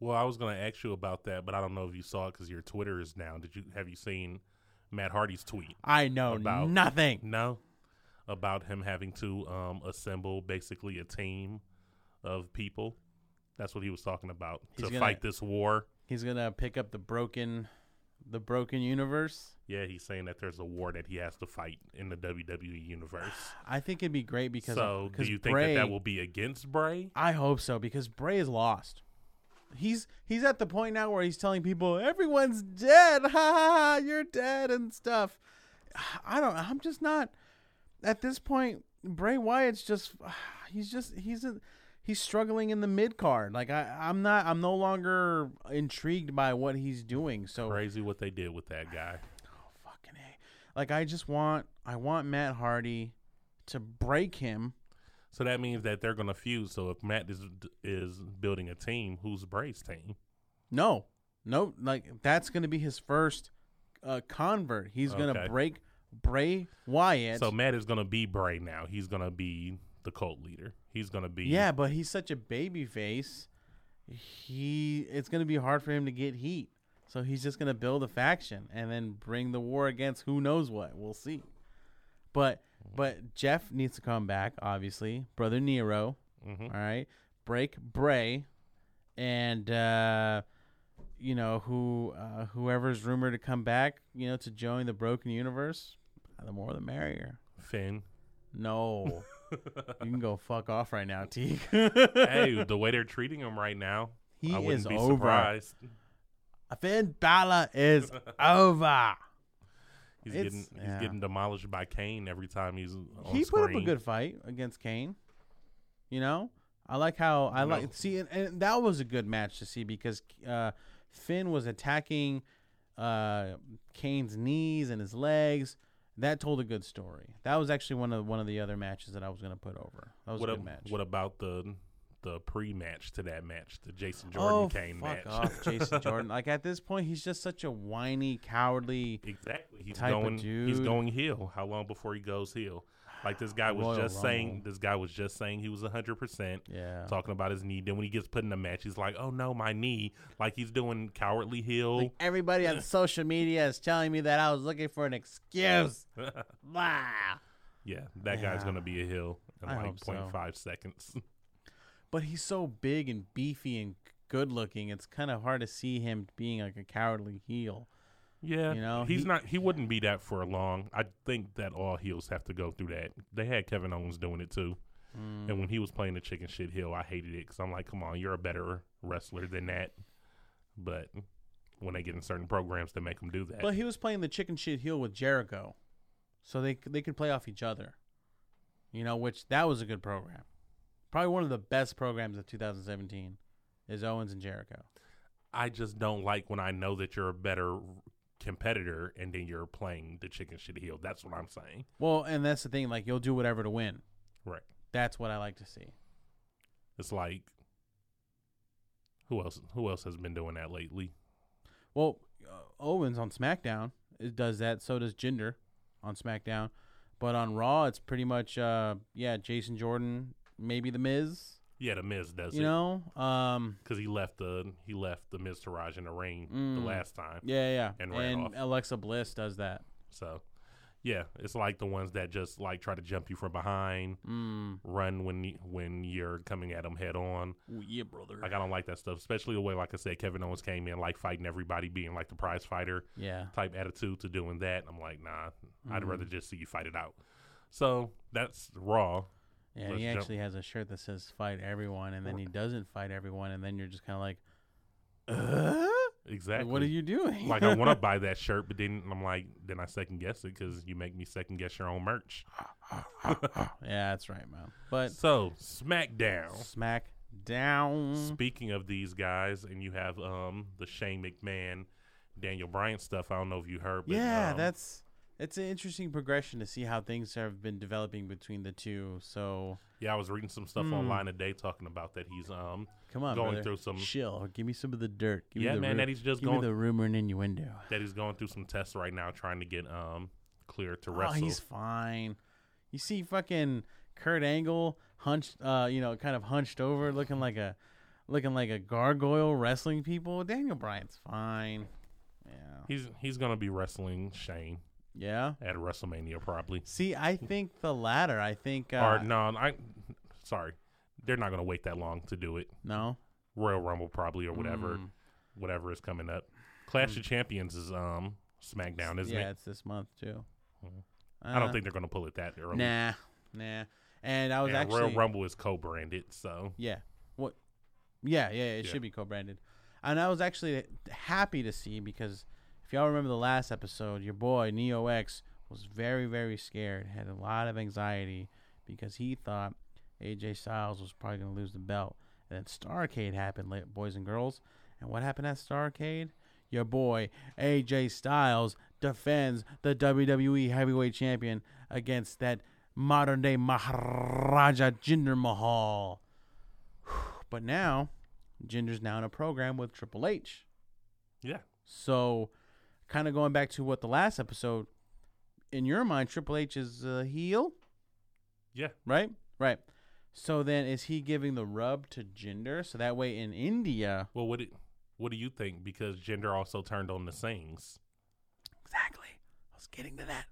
Speaker 1: well, I was gonna ask you about that, but I don't know if you saw it because your Twitter is down. Did you have you seen Matt Hardy's tweet?
Speaker 2: I know
Speaker 1: About-
Speaker 2: nothing.
Speaker 1: No, about him having to um assemble basically a team of people. That's what he was talking about
Speaker 2: He's
Speaker 1: to
Speaker 2: gonna-
Speaker 1: fight this war.
Speaker 2: He's gonna pick up the broken, the broken universe.
Speaker 1: Yeah, he's saying that there's a war that he has to fight in the WWE universe.
Speaker 2: I think it'd be great because
Speaker 1: so, do
Speaker 2: because
Speaker 1: you think
Speaker 2: Bray-
Speaker 1: that that will be against Bray?
Speaker 2: I hope so because Bray is lost. He's he's at the point now where he's telling people everyone's dead. Ha ha ha! You're dead and stuff. I don't. I'm just not at this point. Bray Wyatt's just he's just he's a, he's struggling in the mid card. Like I I'm not I'm no longer intrigued by what he's doing. So
Speaker 1: Crazy what they did with that guy.
Speaker 2: Oh, fucking a. Like I just want I want Matt Hardy to break him.
Speaker 1: So that means that they're gonna fuse. So if Matt is is building a team, who's Bray's team?
Speaker 2: No, no, like that's gonna be his first uh, convert. He's
Speaker 1: Okay.
Speaker 2: gonna break Bray Wyatt.
Speaker 1: So Matt is gonna be Bray now. He's gonna be the cult leader. He's gonna be
Speaker 2: yeah, but he's such a baby face. He it's gonna be hard for him to get heat. So he's just gonna build a faction and then bring the war against who knows what. We'll see. But but Jeff needs to come back, obviously. Brother Nero.
Speaker 1: Mhm.
Speaker 2: all right. Break Bray and uh you know who uh, whoever's rumored to come back, you know, to join the broken universe, the more the merrier.
Speaker 1: Finn.
Speaker 2: No. you can go fuck off right now, Teague.
Speaker 1: hey, the way they're treating him right now,
Speaker 2: He
Speaker 1: I wouldn't
Speaker 2: is
Speaker 1: be
Speaker 2: over.
Speaker 1: surprised.
Speaker 2: Finn Balor is over.
Speaker 1: He's
Speaker 2: It's-
Speaker 1: getting he's
Speaker 2: yeah.
Speaker 1: getting demolished by Kane every time he's on
Speaker 2: he put up a
Speaker 1: screen.
Speaker 2: good fight against Kane. You know, I like how I
Speaker 1: No.
Speaker 2: like see, and, and that was a good match to see because uh, Finn was attacking uh, Kane's knees and his legs. That told a good story. That was actually one of one of the other matches that I was going to put over. That was
Speaker 1: What,
Speaker 2: a
Speaker 1: ab-
Speaker 2: good match.
Speaker 1: what about the the pre-match to that match, the Jason Jordan
Speaker 2: oh,
Speaker 1: Kane
Speaker 2: fuck
Speaker 1: match?
Speaker 2: off, Jason Jordan! Like at this point, he's just such a whiny, cowardly.
Speaker 1: Exactly. He's
Speaker 2: type of
Speaker 1: going. He's
Speaker 2: dude.
Speaker 1: going heel. How long before he goes heel? Like this guy was
Speaker 2: Royal
Speaker 1: just saying.
Speaker 2: Rumble.
Speaker 1: This guy was just saying he was hundred percent.
Speaker 2: Yeah.
Speaker 1: Talking about his knee. Then when he gets put in the match, he's like, "Oh no, my knee!" Like he's doing cowardly heel.
Speaker 2: Like everybody on social media is telling me that I was looking for an excuse. Blah.
Speaker 1: yeah, that guy's
Speaker 2: Yeah.
Speaker 1: gonna be a heel in
Speaker 2: I
Speaker 1: like
Speaker 2: hope so.
Speaker 1: 0.5 seconds.
Speaker 2: But he's so big and beefy and good looking. It's kind of hard to see him being like a cowardly heel.
Speaker 1: yeah,
Speaker 2: You know,
Speaker 1: he's
Speaker 2: he-
Speaker 1: not. He wouldn't be that for long. I think that all heels have to go through that. They had Kevin Owens doing it too.
Speaker 2: Mm.
Speaker 1: And when he was playing the chicken shit heel, I hated it because I'm like, come on, you're a better wrestler than that. But when they get in certain programs, they make them do that.
Speaker 2: But he was playing the chicken shit heel with Jericho, so they they could play off each other. You know, which that was a good program. Probably one of the best programs of 2017 is Owens and Jericho.
Speaker 1: I just don't like when I know that you're a better competitor and then you're playing the chicken shit heel. That's what I'm saying.
Speaker 2: Well, and that's the thing. Like you'll do whatever to win.
Speaker 1: Right.
Speaker 2: That's what I like to see.
Speaker 1: It's like who else? Who else has been doing that lately?
Speaker 2: Well, uh, Owens on SmackDown it does that. So does Jinder on SmackDown. But on Raw, it's pretty much uh, yeah, Jason Jordan, maybe The Miz.
Speaker 1: Yeah, the Miz does
Speaker 2: you
Speaker 1: it
Speaker 2: know, um,
Speaker 1: because he left the he left the Miz Taraj in the ring the
Speaker 2: Mm.
Speaker 1: last time.
Speaker 2: yeah, yeah,
Speaker 1: And
Speaker 2: and,
Speaker 1: ran off.
Speaker 2: Alexa Bliss does that.
Speaker 1: So, yeah, it's like the ones that just like try to jump you from behind,
Speaker 2: Mm.
Speaker 1: run when y- when you're coming at them head on.
Speaker 2: yeah, brother.
Speaker 1: Like I don't like that stuff, especially the way like I said Kevin Owens came in like fighting everybody, being like the prize fighter
Speaker 2: yeah,
Speaker 1: type attitude to doing that. I'm like, nah,
Speaker 2: Mm-hmm.
Speaker 1: I'd rather just see you fight it out. So that's raw.
Speaker 2: yeah. and
Speaker 1: Let's
Speaker 2: he
Speaker 1: jump.
Speaker 2: actually has a shirt that says "Fight Everyone," and then he doesn't fight everyone, and then you're just kind of like, uh?
Speaker 1: Exactly.
Speaker 2: Like, what are you doing?
Speaker 1: like I want to buy that shirt, but then I'm like, then I second guess it because you make me second guess your own merch.
Speaker 2: yeah, that's right, man. But
Speaker 1: So SmackDown.
Speaker 2: SmackDown.
Speaker 1: Speaking of these guys, and you have um the Shane McMahon, Daniel Bryan stuff. I don't know if you heard, but
Speaker 2: yeah,
Speaker 1: um,
Speaker 2: that's it's an interesting progression to see how things have been developing between the two. So
Speaker 1: yeah. I was reading some
Speaker 2: Hmm.
Speaker 1: stuff online today talking about that he's um
Speaker 2: come on,
Speaker 1: Going
Speaker 2: brother.
Speaker 1: through some-
Speaker 2: chill. Give me some of the dirt. Give
Speaker 1: Yeah,
Speaker 2: me the
Speaker 1: man,
Speaker 2: ru-
Speaker 1: that he's just
Speaker 2: give
Speaker 1: going-
Speaker 2: me the rumor and innuendo.
Speaker 1: that he's going through some tests right now, trying to get um clear to
Speaker 2: Oh,
Speaker 1: wrestle.
Speaker 2: he's fine. You see, fucking Kurt Angle hunched, uh, you know, kind of hunched over, looking like a looking like a gargoyle wrestling people. Daniel Bryan's fine. Yeah,
Speaker 1: he's he's gonna be wrestling Shane
Speaker 2: yeah.
Speaker 1: at WrestleMania probably.
Speaker 2: See, I think the latter. I think uh,
Speaker 1: or no, I sorry, they're not gonna wait that long to do it.
Speaker 2: no. Hmm.
Speaker 1: Royal Rumble probably or whatever, whatever is coming up. Clash of Champions is um SmackDown, isn't
Speaker 2: yeah,
Speaker 1: it?
Speaker 2: it's this month too.
Speaker 1: I don't
Speaker 2: Uh,
Speaker 1: think they're gonna pull it that early.
Speaker 2: Nah, nah. And I was
Speaker 1: And
Speaker 2: actually
Speaker 1: Royal Rumble is co-branded, so
Speaker 2: Yeah. What? Yeah, yeah, it
Speaker 1: Yeah.
Speaker 2: should be co-branded. And I was actually happy to see because if y'all remember the last episode, your boy Neo X was very, very scared, had a lot of anxiety because he thought AJ Styles was probably going to lose the belt. And then Starcade happened, la- boys and girls. And what happened at Starcade? Your boy AJ Styles defends the WWE Heavyweight Champion against that modern day Maharaja Jinder Mahal. But now, Ginger's now in a program with Triple H.
Speaker 1: yeah.
Speaker 2: So, kind of going back to what the last episode, in your mind, Triple H is a heel,
Speaker 1: Yeah.
Speaker 2: right? Right. So then, is he giving the rub to Ginger? So that way, in India,
Speaker 1: Well, what it, what do you think? Because gender also turned on the Sings.
Speaker 2: exactly. I was getting to that.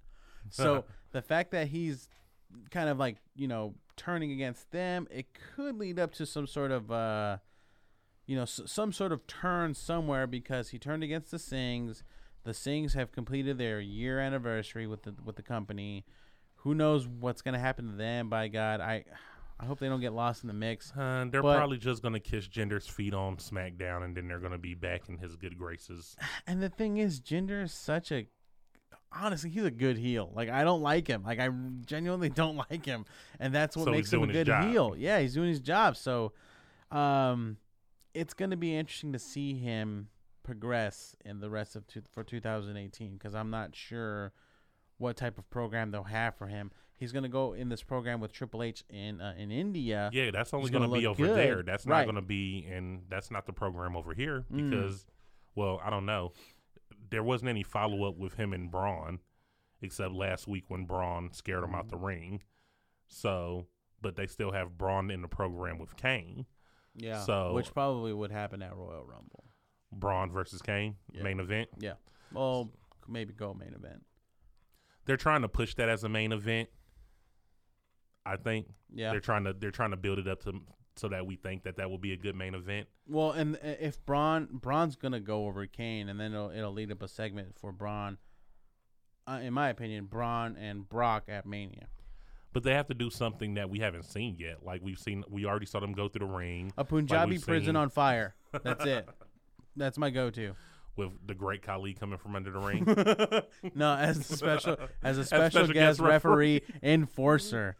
Speaker 2: So the fact that he's kind of like you know turning against them, it could lead up to some sort of uh, you know s- some sort of turn somewhere because he turned against the Sings. The Sings have completed their year anniversary with the with the company. Who knows what's gonna happen to them? By God, I I hope they don't get lost in the mix.
Speaker 1: Uh, they're
Speaker 2: But-
Speaker 1: probably just gonna kiss Gender's feet on SmackDown, and then they're gonna be back in his good graces.
Speaker 2: And the thing is, Jinder is such a honestly, he's a good heel. Like I don't like him. Like I genuinely don't like him, and that's what
Speaker 1: So
Speaker 2: makes
Speaker 1: he's
Speaker 2: him a
Speaker 1: doing his
Speaker 2: good
Speaker 1: job.
Speaker 2: heel. Yeah, he's doing his job. So, um, it's gonna be interesting to see him progress in the rest of two, for 2018 because I'm not sure what type of program they'll have for him. He's gonna go in this program with Triple H in uh, in India.
Speaker 1: Yeah, that's only
Speaker 2: He's
Speaker 1: going
Speaker 2: gonna
Speaker 1: to be
Speaker 2: look
Speaker 1: over there.
Speaker 2: good.
Speaker 1: That's
Speaker 2: Right. Hmm.
Speaker 1: not going to be, and that's not the program over here because, well, I don't know. There wasn't any follow up with him and Braun, except last week when Braun scared him out
Speaker 2: Hmm.
Speaker 1: the ring. So, but they still have Braun in the program with Kane.
Speaker 2: yeah.
Speaker 1: So-
Speaker 2: which probably would happen at Royal Rumble.
Speaker 1: Braun versus Kane
Speaker 2: Yeah.
Speaker 1: main event.
Speaker 2: Yeah. Well, maybe go main event.
Speaker 1: They're trying to push that as a main event. I think
Speaker 2: Yeah.
Speaker 1: they're trying to they're trying to build it up to so that we think that that will be a good main event.
Speaker 2: Well, and i- if Braun Braun's gonna go over Kane, and then it'll it'll lead up a segment for Braun. Uh, in my opinion, Braun and Brock at Mania.
Speaker 1: But they have to do something that we haven't seen yet. Like we've seen, we already saw them go through the ring.
Speaker 2: A
Speaker 1: Like,
Speaker 2: Punjabi
Speaker 1: we've
Speaker 2: prison
Speaker 1: seen
Speaker 2: on fire. That's it. That's my go-to.
Speaker 1: with the great Khali coming from under the ring.
Speaker 2: No, as a special as a special, guest, referee, enforcer.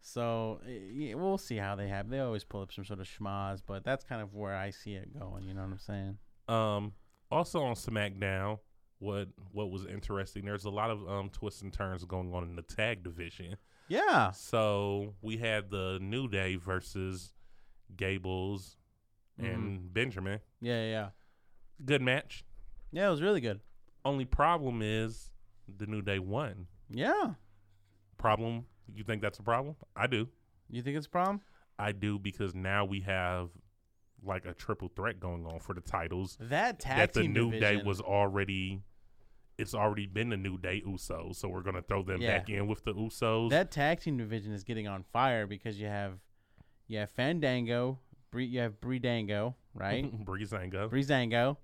Speaker 2: So i- yeah, we'll see how they have. They always pull up some sort of schmaz, but that's kind of where I see it going. You know what I'm saying?
Speaker 1: um, also on SmackDown, what what was interesting? There's a lot of um twists and turns going on in the tag division.
Speaker 2: Yeah.
Speaker 1: So we had the New Day versus Gables and Benjamin.
Speaker 2: Yeah. Yeah. Yeah.
Speaker 1: Good match.
Speaker 2: Yeah. It was really good.
Speaker 1: Only problem is the New Day won.
Speaker 2: Yeah.
Speaker 1: Problem? You think that's a problem? I do.
Speaker 2: You think it's a problem?
Speaker 1: I do because now we have like a triple threat going on for the titles
Speaker 2: That tag
Speaker 1: that the
Speaker 2: team
Speaker 1: new day
Speaker 2: division-
Speaker 1: was already. It's already been the new day Usos, so we're gonna throw them
Speaker 2: Yeah.
Speaker 1: back in with the Usos.
Speaker 2: that tag team division is getting on fire because you have you have Fandango, Bree, you have Bree Dango, right?
Speaker 1: Breezango.
Speaker 2: Bree Zango,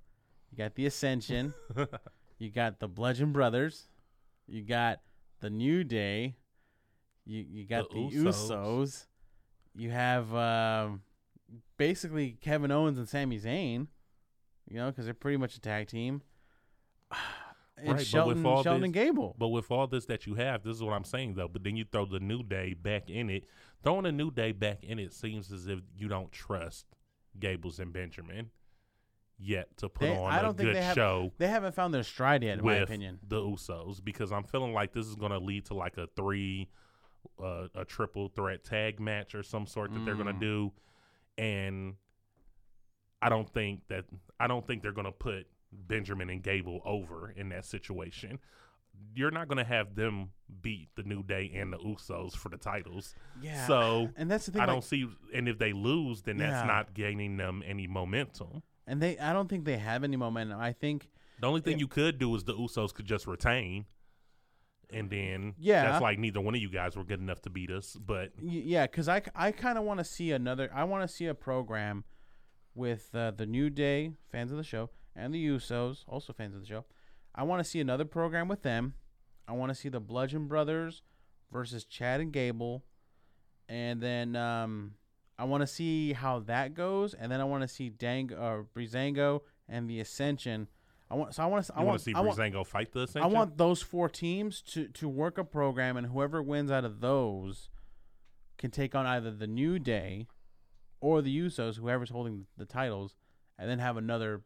Speaker 2: you got the Ascension, you got the Bludgeon Brothers, you got the New Day, you you got
Speaker 1: The
Speaker 2: the,
Speaker 1: Usos.
Speaker 2: Usos. you have um, basically Kevin Owens and Sami Zayn, you know, because they're pretty much a tag team.
Speaker 1: Right,
Speaker 2: And
Speaker 1: but with
Speaker 2: Shelton,
Speaker 1: all
Speaker 2: Shelton
Speaker 1: this-
Speaker 2: and Gable.
Speaker 1: But with all this that you have, this is what I'm saying though. But then you throw the new day back in it. Throwing a new day back in it seems as if you don't trust Gables and Benjamin yet to put
Speaker 2: They-
Speaker 1: on
Speaker 2: I
Speaker 1: a
Speaker 2: don't think
Speaker 1: good
Speaker 2: they have,
Speaker 1: show.
Speaker 2: They haven't found their stride yet, in my
Speaker 1: with
Speaker 2: opinion.
Speaker 1: the Usos because I'm feeling like this is going to lead to like a three, uh, a triple threat tag match or some sort that they're
Speaker 2: Mm.
Speaker 1: going to do, and I don't think that I don't think they're going to put Benjamin and Gable over in that situation. You're not going to have them beat the New Day and the Usos for the titles.
Speaker 2: Yeah,
Speaker 1: So
Speaker 2: and that's the thing,
Speaker 1: I
Speaker 2: like-
Speaker 1: don't see, and if they lose, then that's
Speaker 2: Yeah.
Speaker 1: not gaining them any momentum.
Speaker 2: And they, I don't think they have any momentum. I think,
Speaker 1: The only thing you could do is the Usos could just retain, and then
Speaker 2: Yeah.
Speaker 1: that's like neither one of you guys were good enough to beat us. But
Speaker 2: y- yeah, because I, c- I kind of want to see another. I want to see a program with uh, the New Day fans of the show and the Usos, also fans of the show. I want to see another program with them. I want to see the Bludgeon Brothers versus Chad and Gable, and then um, I want to see how that goes, and then I want to see Dang uh, Breezango and the Ascension. I want so I want to
Speaker 1: You
Speaker 2: I want
Speaker 1: want to see
Speaker 2: I want,
Speaker 1: Breezango fight the
Speaker 2: I
Speaker 1: Ascension?
Speaker 2: want those four teams to to work a program, and whoever wins out of those can take on either the New Day or the Usos, whoever's holding the titles, and then have another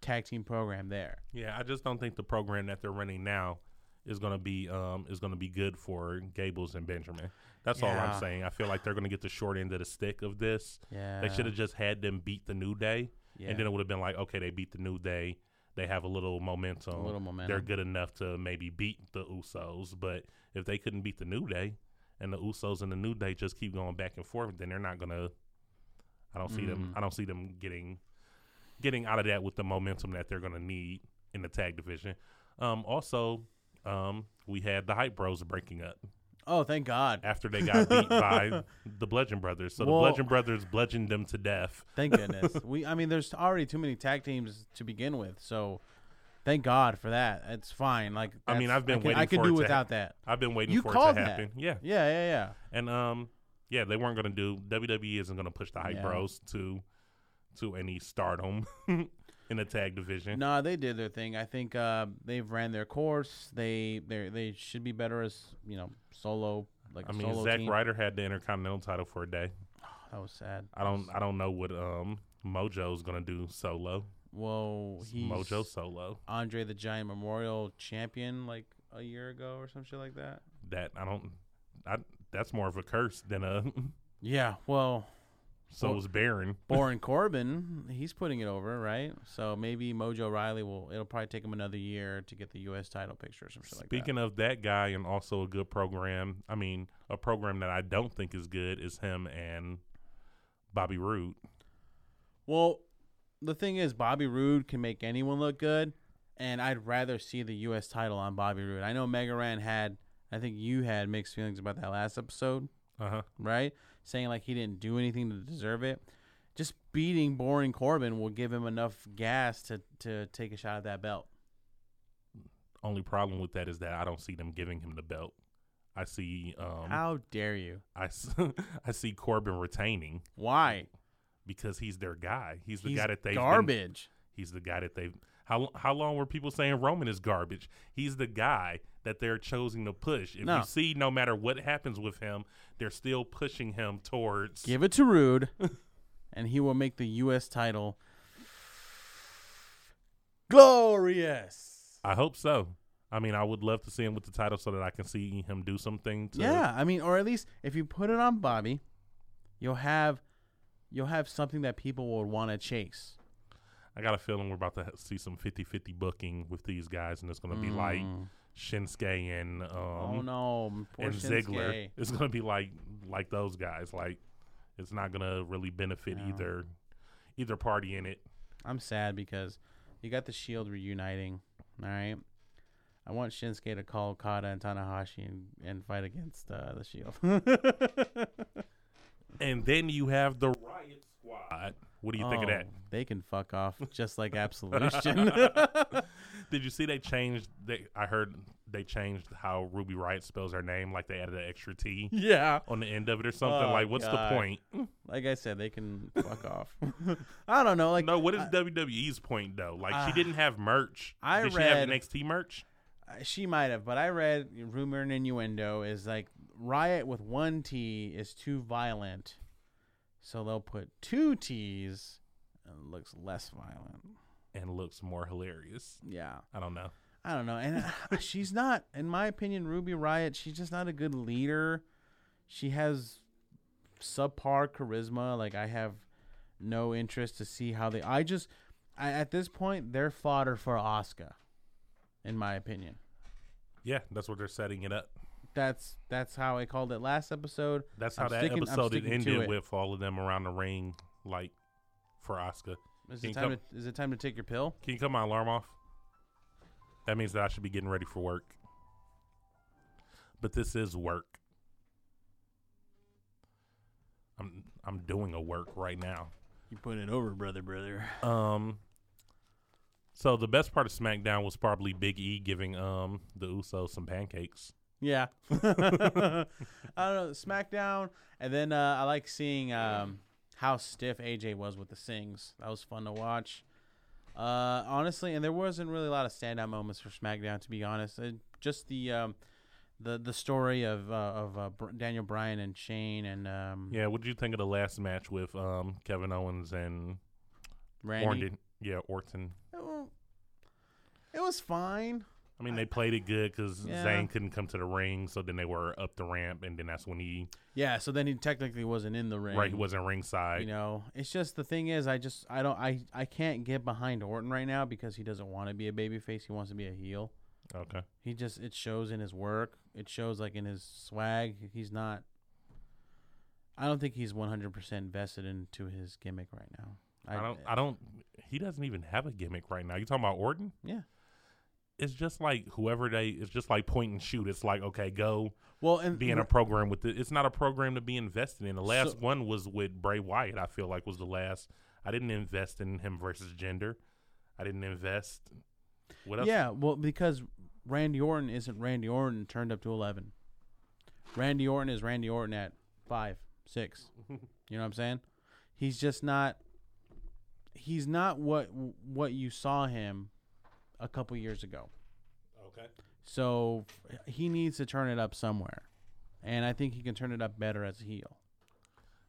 Speaker 2: tag team program there.
Speaker 1: Yeah, I just don't think the program that they're running now is gonna be um is gonna be good for Gables and Benjamin. That's all
Speaker 2: Yeah.
Speaker 1: I'm saying. I feel like they're gonna get the short end of the stick of this.
Speaker 2: Yeah,
Speaker 1: They should have just had them beat the New Day,
Speaker 2: Yeah.
Speaker 1: and then it would have been like, okay, they beat the New Day. They have a little momentum.
Speaker 2: A little
Speaker 1: They're
Speaker 2: momentum.
Speaker 1: good enough to maybe beat the Usos, but if they couldn't beat the New Day, and the Usos and the New Day just keep going back and forth, then they're not gonna. I don't see them.
Speaker 2: Mm.
Speaker 1: I don't see them getting getting out of that with the momentum that they're gonna need in the tag division. Um, also, um, we had the Hype Bros breaking up
Speaker 2: Oh, thank God!
Speaker 1: after they got beat by the Bludgeon Brothers. So
Speaker 2: Well-
Speaker 1: the Bludgeon Brothers bludgeoned them to death.
Speaker 2: Thank goodness. we, I mean, there's already too many tag teams to begin with, so thank God for that. It's fine. Like,
Speaker 1: I mean,
Speaker 2: that's-
Speaker 1: I've been
Speaker 2: I can,
Speaker 1: waiting
Speaker 2: I can
Speaker 1: for
Speaker 2: do
Speaker 1: it to
Speaker 2: without
Speaker 1: hap-
Speaker 2: that.
Speaker 1: I've been waiting
Speaker 2: You
Speaker 1: for it
Speaker 2: called
Speaker 1: to
Speaker 2: that.
Speaker 1: happen. Yeah.
Speaker 2: Yeah, yeah, yeah.
Speaker 1: And um yeah, they weren't gonna do WWE isn't gonna push the hype
Speaker 2: Yeah.
Speaker 1: bros to to any stardom in the tag division.
Speaker 2: No, they did their thing. I think uh, they've ran their course. They they they should be better as you know solo like
Speaker 1: I
Speaker 2: a
Speaker 1: mean
Speaker 2: solo
Speaker 1: Zack
Speaker 2: team.
Speaker 1: Ryder had the Intercontinental title for a day.
Speaker 2: That was sad.
Speaker 1: I don't I don't know what um Mojo's gonna do solo.
Speaker 2: Whoa, he's
Speaker 1: Mojo solo.
Speaker 2: Andre the Giant Memorial Champion like a year ago or some shit like that.
Speaker 1: That I don't I that's more of a curse than a
Speaker 2: Yeah, well,
Speaker 1: so is Baron.
Speaker 2: Baron Corbin, he's putting it over, right? So maybe Mojo Riley will. It'll probably take him another year to get the U.S. title picture or some shit like that.
Speaker 1: Speaking of that guy and also a good program, I mean a program that I don't think is good is him and Bobby Roode.
Speaker 2: Well, the thing is, Bobby Roode can make anyone look good, and I'd rather see the U.S. title on Bobby Roode. I know Megaran had, I think you had mixed feelings about that last episode,
Speaker 1: Uh huh.
Speaker 2: right? Saying like he didn't do anything to deserve it. Just beating Boring Corbin will give him enough gas to to take a shot at that belt.
Speaker 1: Only problem with that is that I don't see them giving him the belt. I see, um,
Speaker 2: How dare you?
Speaker 1: I, s- I see Corbin retaining
Speaker 2: Why? because
Speaker 1: because he's their guy. He's the guy that they
Speaker 2: garbage.
Speaker 1: he's the guy that they. How how long were people saying Roman is garbage? He's the guy that they're choosing to push. If
Speaker 2: No.
Speaker 1: you see, no matter what happens with him, they're still pushing him towards.
Speaker 2: Give it to Rude, and he will make the U.S. title glorious.
Speaker 1: I hope so. I mean, I would love to see him with the title so that I can see him do something. To,
Speaker 2: Yeah, I mean, or at least if you put it on Bobby, you'll have you'll have something that people will want to chase.
Speaker 1: I got a feeling we're about to ha- see some 50-50 booking with these guys, and it's going to be like Shinsuke and um,
Speaker 2: Mm. oh no, poor
Speaker 1: and Ziggler.
Speaker 2: Shinsuke.
Speaker 1: It's going to be like like those guys. Like it's not going to really benefit either either party in it.
Speaker 2: I'm sad because you got the Shield reuniting. All right, I want Shinsuke to call Okada and Tanahashi and, and fight against uh, the Shield.
Speaker 1: And then you have the Riot Squad. What do you think of that?
Speaker 2: Oh, They can fuck off just like Absolution.
Speaker 1: Did you see they changed? They I heard they changed how Ruby Riot spells her name. Like they added an extra T
Speaker 2: yeah.
Speaker 1: on the end of it or something.
Speaker 2: Oh,
Speaker 1: like what's
Speaker 2: God.
Speaker 1: the point?
Speaker 2: Like I said, they can fuck off. I don't know. Like
Speaker 1: No, what is WWE's point though? Like she didn't have merch.
Speaker 2: Uh, I
Speaker 1: Did
Speaker 2: read-
Speaker 1: she have NXT merch?
Speaker 2: Uh, she might have, but I read rumor and innuendo is like riot with one T is too violent, so they'll put two T's and it looks less violent.
Speaker 1: And looks more hilarious.
Speaker 2: Yeah,
Speaker 1: I don't know.
Speaker 2: I don't know, and uh, she's not, in my opinion, Ruby Riot. She's just not a good leader. She has subpar charisma. Like I have no interest to see how they. I just, I at this point, they're fodder for Oscar, in my opinion.
Speaker 1: Yeah, that's what they're setting it up.
Speaker 2: That's that's how I called it last episode.
Speaker 1: That's
Speaker 2: I'm
Speaker 1: how that
Speaker 2: sticking- I'm
Speaker 1: episode it
Speaker 2: sticking to
Speaker 1: ended
Speaker 2: it.
Speaker 1: with all of them around the ring, like for Oscar.
Speaker 2: Is
Speaker 1: Can
Speaker 2: it
Speaker 1: you
Speaker 2: time
Speaker 1: come-
Speaker 2: to is it time to take your pill?
Speaker 1: Can you cut my alarm off? That means that I should be getting ready for work. But this is work. I'm I'm doing a work right now.
Speaker 2: You put it over, brother, brother.
Speaker 1: Um, So the best part of SmackDown was probably Big E giving um the Usos some pancakes.
Speaker 2: Yeah. I don't know. SmackDown. And then uh, I like seeing um, how stiff AJ was with the sings. That was fun to watch. Uh, honestly, and there wasn't really a lot of standout moments for SmackDown, to be honest. It, just the. Um, the, the story of uh, of uh, Br- Daniel Bryan and Shane and um,
Speaker 1: Yeah, what did you think of the last match with um Kevin Owens and
Speaker 2: Randy.
Speaker 1: Orton? Yeah, Orton.
Speaker 2: It wa- it was fine.
Speaker 1: I mean, they played it good because
Speaker 2: Yeah.
Speaker 1: Zayn couldn't come to the ring, so then they were up the ramp, and then that's when he
Speaker 2: Yeah, so then he technically wasn't in the ring.
Speaker 1: right he wasn't ringside.
Speaker 2: You know, it's just the thing is, I just I don't I I can't get behind Orton right now because he doesn't want to be a babyface. He wants to be a heel.
Speaker 1: Okay,
Speaker 2: He just it shows in his work. It shows like in his swag. He's not. I don't think he's one hundred percent invested into his gimmick right now.
Speaker 1: I, don't. I don't. He doesn't even have a gimmick right now. You talking about Orton?
Speaker 2: Yeah.
Speaker 1: It's just like whoever they. It's just like point and shoot. It's like okay, go
Speaker 2: Well, and
Speaker 1: be in a program with it. It's not a program to be invested in. The last
Speaker 2: So-
Speaker 1: one was with Bray Wyatt. I feel like was the last. I didn't invest in him versus gender. I didn't invest. What else?
Speaker 2: Yeah, well, because Randy Orton isn't Randy Orton turned up to eleven. Randy Orton is Randy Orton at five, six. You know what I'm saying? He's just not. He's not what what you saw him a couple years ago.
Speaker 1: Okay.
Speaker 2: So he needs to turn it up somewhere, and I think he can turn it up better as a heel.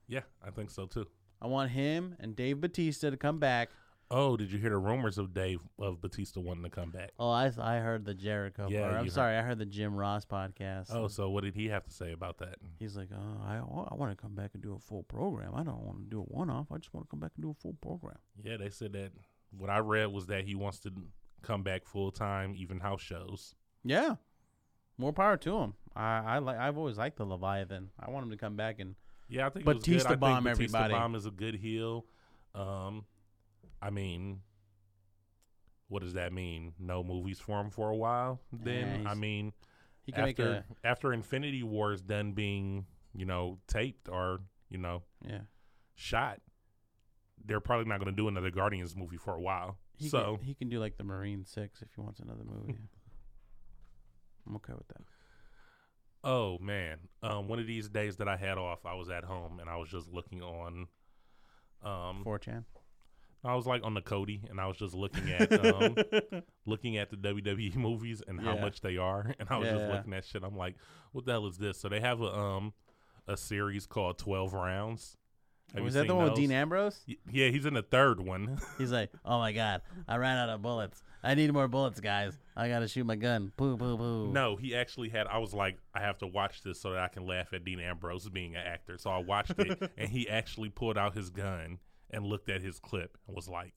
Speaker 1: Yeah, I think so too.
Speaker 2: I want him and Dave Batista to come back.
Speaker 1: Oh, did you hear the rumors of Dave of Batista wanting to come back?
Speaker 2: Oh, I I heard the Jericho.
Speaker 1: Yeah,
Speaker 2: part.
Speaker 1: you
Speaker 2: I'm
Speaker 1: heard-
Speaker 2: sorry, I heard the Jim Ross podcast.
Speaker 1: Oh, so what did he have to say about that?
Speaker 2: He's like, oh, I, I want to come back and do a full program. I don't want to do a one off. I just want to come back and do a full program.
Speaker 1: Yeah, they said that what I read was that he wants to come back full time, even house shows.
Speaker 2: Yeah, more power to him. I, I like. I've always liked the Leviathan. I want him to come back and
Speaker 1: Yeah, I think it was good. I
Speaker 2: Batista
Speaker 1: think
Speaker 2: bomb,
Speaker 1: Batista
Speaker 2: everybody.
Speaker 1: bomb is a good heel. Um, I mean, what does that mean? No movies for him for a while. Then
Speaker 2: Yeah,
Speaker 1: I
Speaker 2: he's-
Speaker 1: mean,
Speaker 2: he can
Speaker 1: after
Speaker 2: make
Speaker 1: after Infinity War is done being you know taped or you know
Speaker 2: a yeah.
Speaker 1: shot, they're probably not going to do another Guardians movie for a while.
Speaker 2: He
Speaker 1: so
Speaker 2: can, he can do like the Marine Six if he wants another movie. I'm okay with that.
Speaker 1: Oh man, um, one of these days that I had off, I was at home and I was just looking on. Um,
Speaker 2: 4chan.
Speaker 1: I was like on the Cody, and I was just looking at um, looking at the WWE movies and how
Speaker 2: Yeah.
Speaker 1: much they are, and I was just
Speaker 2: Yeah.
Speaker 1: looking at shit. I'm like, what the hell is this? So they have a um a series called Twelve Rounds. Have you
Speaker 2: Was Oh, that the
Speaker 1: seen
Speaker 2: one with
Speaker 1: those?
Speaker 2: Dean Ambrose?
Speaker 1: Y- Yeah, he's in the third one.
Speaker 2: He's like, oh my god, I ran out of bullets. I need more bullets, guys. I gotta shoot my gun. Poo poo poo.
Speaker 1: No, he actually had. I was like, I have to watch this so that I can laugh at Dean Ambrose being an actor. So I watched it, and he actually pulled out his gun and looked at his clip and was like,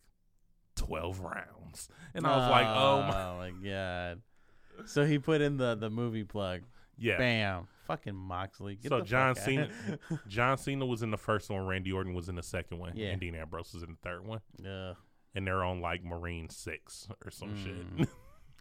Speaker 1: 12 rounds. And I was like, oh my.
Speaker 2: Oh my god. So he put in the the movie plug.
Speaker 1: Yeah.
Speaker 2: Bam. Fucking Moxley. Get
Speaker 1: so
Speaker 2: the
Speaker 1: John
Speaker 2: fuck out.
Speaker 1: Cena, John Cena was in the first one, Randy Orton was in the second one,
Speaker 2: Yeah.
Speaker 1: and Dean Ambrose was in the third one,
Speaker 2: Ugh.
Speaker 1: and they're on like Marine Six or some
Speaker 2: Mm.
Speaker 1: shit.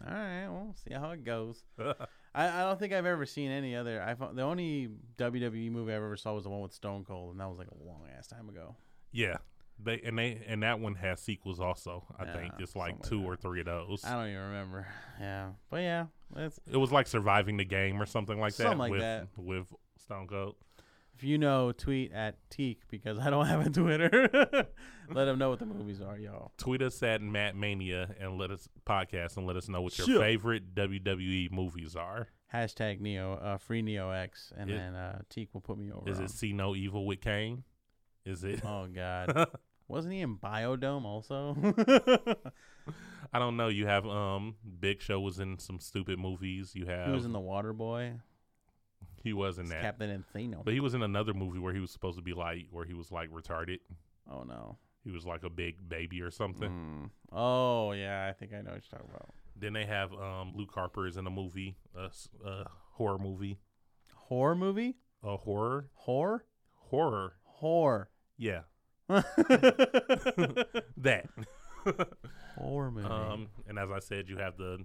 Speaker 2: All right, we'll see how it goes. I, I don't think I've ever seen any other. I fo- the only WWE movie I ever saw was the one with Stone Cold, and that was like a long ass time ago.
Speaker 1: yeah, they and they and that one has sequels also. I think
Speaker 2: Yeah,
Speaker 1: it's like two
Speaker 2: something like
Speaker 1: or three of those.
Speaker 2: I don't even remember. Yeah, but yeah, that's
Speaker 1: It was like surviving the game or something like that.
Speaker 2: Something like
Speaker 1: with,
Speaker 2: that.
Speaker 1: With Stone Cold.
Speaker 2: if you know, tweet at Teak because I don't have a Twitter. Let him know what the movies are, y'all.
Speaker 1: Tweet us at Matt Mania and let us podcast and let us know what your
Speaker 2: Sure.
Speaker 1: favorite WWE movies are.
Speaker 2: Hashtag Neo, uh, free Neo X, and
Speaker 1: Is-
Speaker 2: then uh, Teak will put me over.
Speaker 1: Is
Speaker 2: on.
Speaker 1: it See No Evil with Kane? Is it?
Speaker 2: Oh God. Wasn't he in Biodome also?
Speaker 1: I don't know. You have um Big Show was in some stupid movies. You have
Speaker 2: he was in The Water Boy.
Speaker 1: he was in
Speaker 2: It's
Speaker 1: that,
Speaker 2: Captain Encino.
Speaker 1: but he was in another movie where he was supposed to be like where he was like retarded.
Speaker 2: Oh no.
Speaker 1: He was like a big baby or something.
Speaker 2: Mm. Oh yeah, I think I know what you're talking about.
Speaker 1: Then they have um Luke Harper is in a movie, a, s- a horror movie,
Speaker 2: Horror movie?
Speaker 1: a horror
Speaker 2: Horror?
Speaker 1: horror.
Speaker 2: Horror.
Speaker 1: Yeah,
Speaker 2: Horror
Speaker 1: that.
Speaker 2: Mm-hmm. movie.
Speaker 1: Um, and as I said, you have the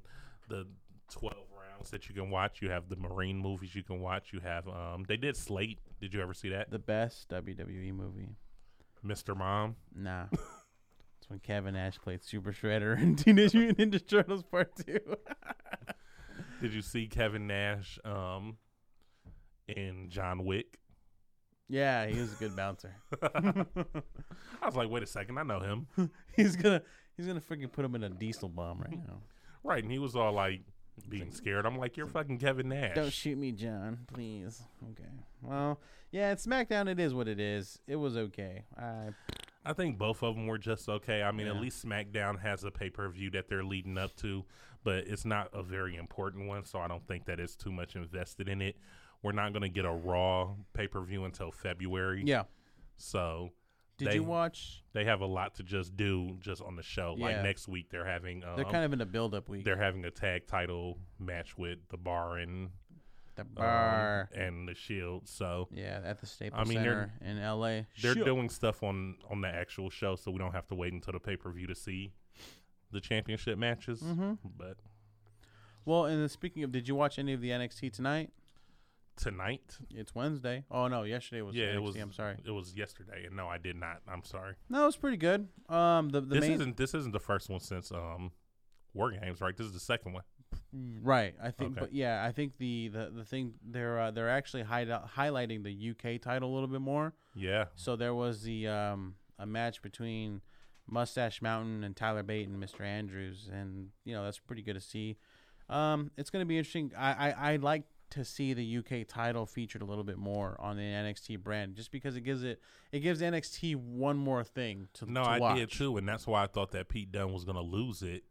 Speaker 1: the twelve rounds that you can watch. You have the Marine movies you can watch. You have um, they did Slate. Did you ever see that?
Speaker 2: the best WWE movie.
Speaker 1: Mr. Mom.
Speaker 2: E Nah. it's That's when Kevin Nash played Super Shredder in Teenage Mutant Ninja Turtles Part Two.
Speaker 1: Did you see Kevin Nash um, in John Wick?
Speaker 2: yeah, he was a good bouncer.
Speaker 1: I was like, wait a second, I know him.
Speaker 2: he's gonna he's gonna freaking put him in a diesel bomb right now.
Speaker 1: Right, and he was all like being scared. I'm like, you're fucking Kevin Nash.
Speaker 2: Don't shoot me, John, please. Okay. Well, yeah, it's SmackDown. It is what it is. It was okay. I
Speaker 1: I think both of them were just okay. I mean, at
Speaker 2: Yeah.
Speaker 1: least SmackDown has a pay per view that they're leading up to, but it's not a very important one, so I don't think that it's too much invested in it. We're not going to get a Raw pay per view until February.
Speaker 2: yeah.
Speaker 1: So
Speaker 2: Did
Speaker 1: They-
Speaker 2: you watch?
Speaker 1: they have a lot to just do just on the show. Like
Speaker 2: Yeah.
Speaker 1: next week, they're having um,
Speaker 2: They're kind of in a build-up week.
Speaker 1: they're having a tag title match with the Bar and
Speaker 2: The
Speaker 1: um,
Speaker 2: bar.
Speaker 1: and the Shield. So
Speaker 2: yeah, at the Staples
Speaker 1: mean, they're-
Speaker 2: Center in L.A.
Speaker 1: they're
Speaker 2: Shit.
Speaker 1: doing stuff on on the actual show, so we don't have to wait until the pay per view to see the championship matches.
Speaker 2: Mm-hmm.
Speaker 1: But
Speaker 2: Well, and then speaking of, did you watch any of the NXT tonight?
Speaker 1: tonight,
Speaker 2: It's Wednesday. Oh no, yesterday was.
Speaker 1: yeah,
Speaker 2: NXT,
Speaker 1: it was.
Speaker 2: I'm sorry.
Speaker 1: it was yesterday, and no, I did not. I'm sorry.
Speaker 2: No, it was pretty good. Um, the the
Speaker 1: this
Speaker 2: main
Speaker 1: isn't this isn't the first one since um War Games, right? This is the second one.
Speaker 2: right, I think.
Speaker 1: Okay.
Speaker 2: But yeah, I think the the, the thing they're uh, they're actually hide, highlighting the UK title a little bit more.
Speaker 1: Yeah,
Speaker 2: So there was the um a match between Mustache Mountain and Tyler Bate and Mr. Andrews, and you know that's pretty good to see. Um, it's going to be interesting. I, I I like to see the UK title featured a little bit more on the NXT brand, just because it gives it it gives NXT one more thing to
Speaker 1: no,
Speaker 2: to
Speaker 1: I
Speaker 2: watch.
Speaker 1: did too, and that's why I thought that Pete Dunne was gonna lose it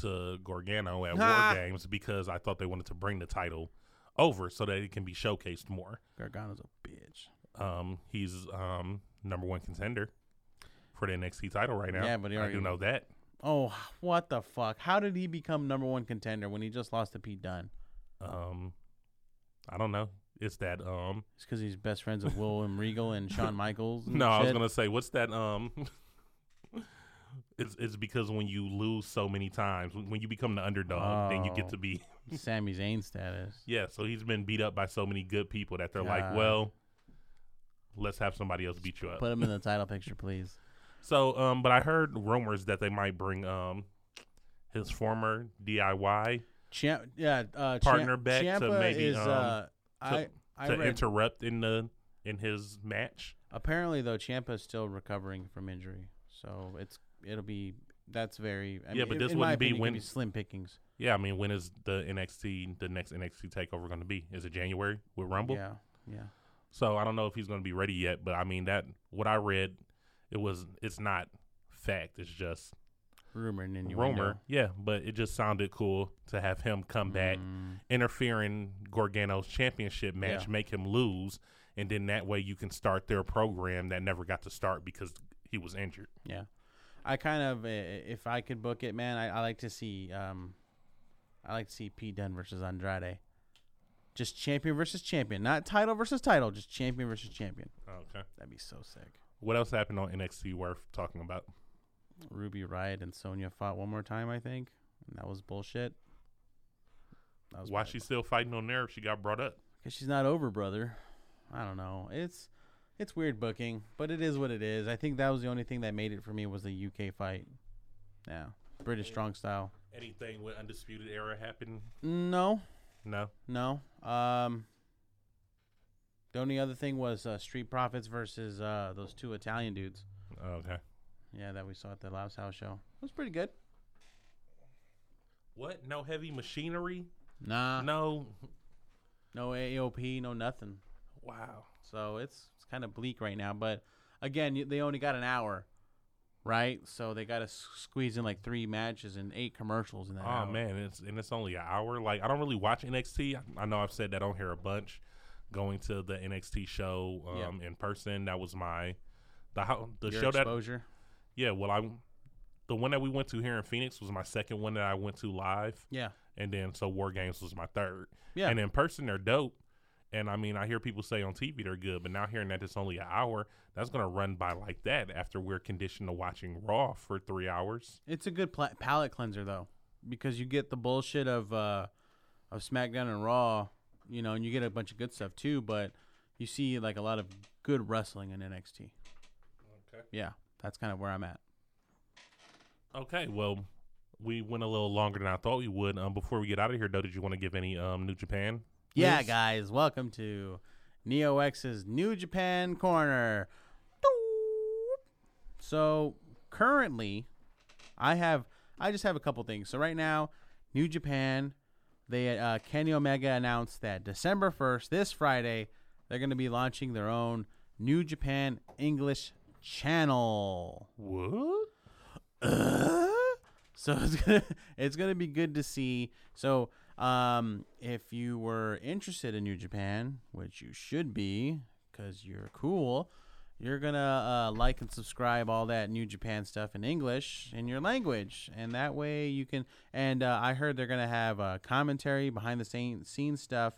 Speaker 1: to Gorgano at
Speaker 2: Ah.
Speaker 1: War Games because I thought they wanted to bring the title over so that it can be showcased more.
Speaker 2: Gargano's a bitch.
Speaker 1: Um, he's um number one contender for the NXT title right now.
Speaker 2: Yeah, but he
Speaker 1: I
Speaker 2: already-
Speaker 1: do know that.
Speaker 2: Oh, what the fuck? How did he become number one contender when he just lost to Pete Dunne?
Speaker 1: Um, I don't know. It's that um.
Speaker 2: It's because he's best friends with Will and Regal and Shawn Michaels. and
Speaker 1: No, I was
Speaker 2: Hmm, shit.
Speaker 1: gonna say what's that um. It's, it's because when you lose so many times, when when you become the underdog, then you
Speaker 2: Oh.
Speaker 1: get to be
Speaker 2: Sami Zayn status.
Speaker 1: yeah. So he's been beat up by so many good people that they're like,
Speaker 2: God.
Speaker 1: well, let's have somebody else beat you up.
Speaker 2: Put him in the title picture, please.
Speaker 1: So, um, but I heard rumors that they might bring um his former DIY
Speaker 2: Champ, yeah, uh,
Speaker 1: Partner
Speaker 2: Champ-
Speaker 1: back to
Speaker 2: Ciampa
Speaker 1: maybe,
Speaker 2: is,
Speaker 1: um,
Speaker 2: uh, I,
Speaker 1: to-
Speaker 2: I
Speaker 1: to
Speaker 2: read,
Speaker 1: interrupt in the in his match.
Speaker 2: apparently though Champa is still recovering from injury, so it's it'll be that's very I
Speaker 1: Yeah,
Speaker 2: mean,
Speaker 1: but
Speaker 2: in-
Speaker 1: this
Speaker 2: in my
Speaker 1: wouldn't be
Speaker 2: opinion, it could
Speaker 1: when-
Speaker 2: slim pickings.
Speaker 1: Yeah, I mean, when is the NXT the next NXT takeover going to be? Is it January with Rumble?
Speaker 2: Yeah, yeah.
Speaker 1: So I don't know if he's going to be ready yet, but I mean that what I read, it was it's not fact. It's just
Speaker 2: Rumor and innuendo.
Speaker 1: rumor. Yeah, but it just sounded cool to have him come back, interfere in Gorgano's championship match,
Speaker 2: Yeah.
Speaker 1: make him lose, and then that way you can start their program that never got to start because he was injured.
Speaker 2: Yeah, I kind of uh, if I could book it, man, I, I like to see um, I like to see P Dunn versus Andrade, just champion versus champion, not title versus title, just champion versus champion.
Speaker 1: Okay.
Speaker 2: That'd be so sick.
Speaker 1: What else happened on NXT worth talking about?
Speaker 2: Ruby Riot and Sonya fought one more time, I think, and that was bullshit. That was
Speaker 1: Why she's still fighting on there if she got brought up?
Speaker 2: Because she's not over, brother. I don't know. It's it's weird booking, but it is what it is. I think that was the only thing that made it for me was the UK fight. Yeah, British strong style.
Speaker 1: Anything with Undisputed Era happened?
Speaker 2: No,
Speaker 1: No.
Speaker 2: no. Um, the only other thing was uh, Street Profits versus uh, those two Italian dudes.
Speaker 1: Oh, Okay.
Speaker 2: Yeah, that we saw at the Louse House show. It was pretty good.
Speaker 1: What? No heavy machinery?
Speaker 2: Nah, no,
Speaker 1: No.
Speaker 2: no AOP, no nothing.
Speaker 1: Wow.
Speaker 2: So it's it's kind of bleak right now. But again, you- they only got an hour, right? So they got to squeeze in like three matches and eight commercials in that.
Speaker 1: Oh
Speaker 2: hour.
Speaker 1: man, it's and it's only an hour. Like I don't really watch NXT. I know I've said that on here a bunch. Going to the NXT show
Speaker 2: Yeah.
Speaker 1: um, in person, that was my the how the
Speaker 2: Your
Speaker 1: show that
Speaker 2: exposure.
Speaker 1: yeah. Well, I the one that we went to here in Phoenix was my second one that I went to live.
Speaker 2: yeah,
Speaker 1: and then so War Games was my third.
Speaker 2: Yeah.
Speaker 1: and in person they're dope. And I mean, I hear people say on TV they're good, but now hearing that it's only an hour, that's gonna run by like that after we're conditioned to watching Raw for three hours.
Speaker 2: it's a good pla- palate cleanser though, because you get the bullshit of uh of SmackDown and Raw, you know, and you get a bunch of good stuff too. But you see like a lot of good wrestling in NXT.
Speaker 1: Okay.
Speaker 2: Yeah, that's kind of where I'm at.
Speaker 1: Okay, well, we went a little longer than I thought we would. Um, before we get out of here, though, did you want to give any um New Japan?
Speaker 2: Yeah,
Speaker 1: news?
Speaker 2: guys, welcome to NeoX's New Japan Corner. Doop. So currently, I have I just have a couple things. So right now, New Japan, they uh, Kenny Omega announced that December first, this Friday, they're going to be launching their own New Japan English channel.
Speaker 1: What?
Speaker 2: So it's gonna it's gonna be good to see. So um, if you were interested in New Japan, which you should be, cause you're cool, you're gonna uh, like and subscribe all that New Japan stuff in English in your language, and that way you can. And uh, I heard they're gonna have uh, commentary behind the scene scene stuff,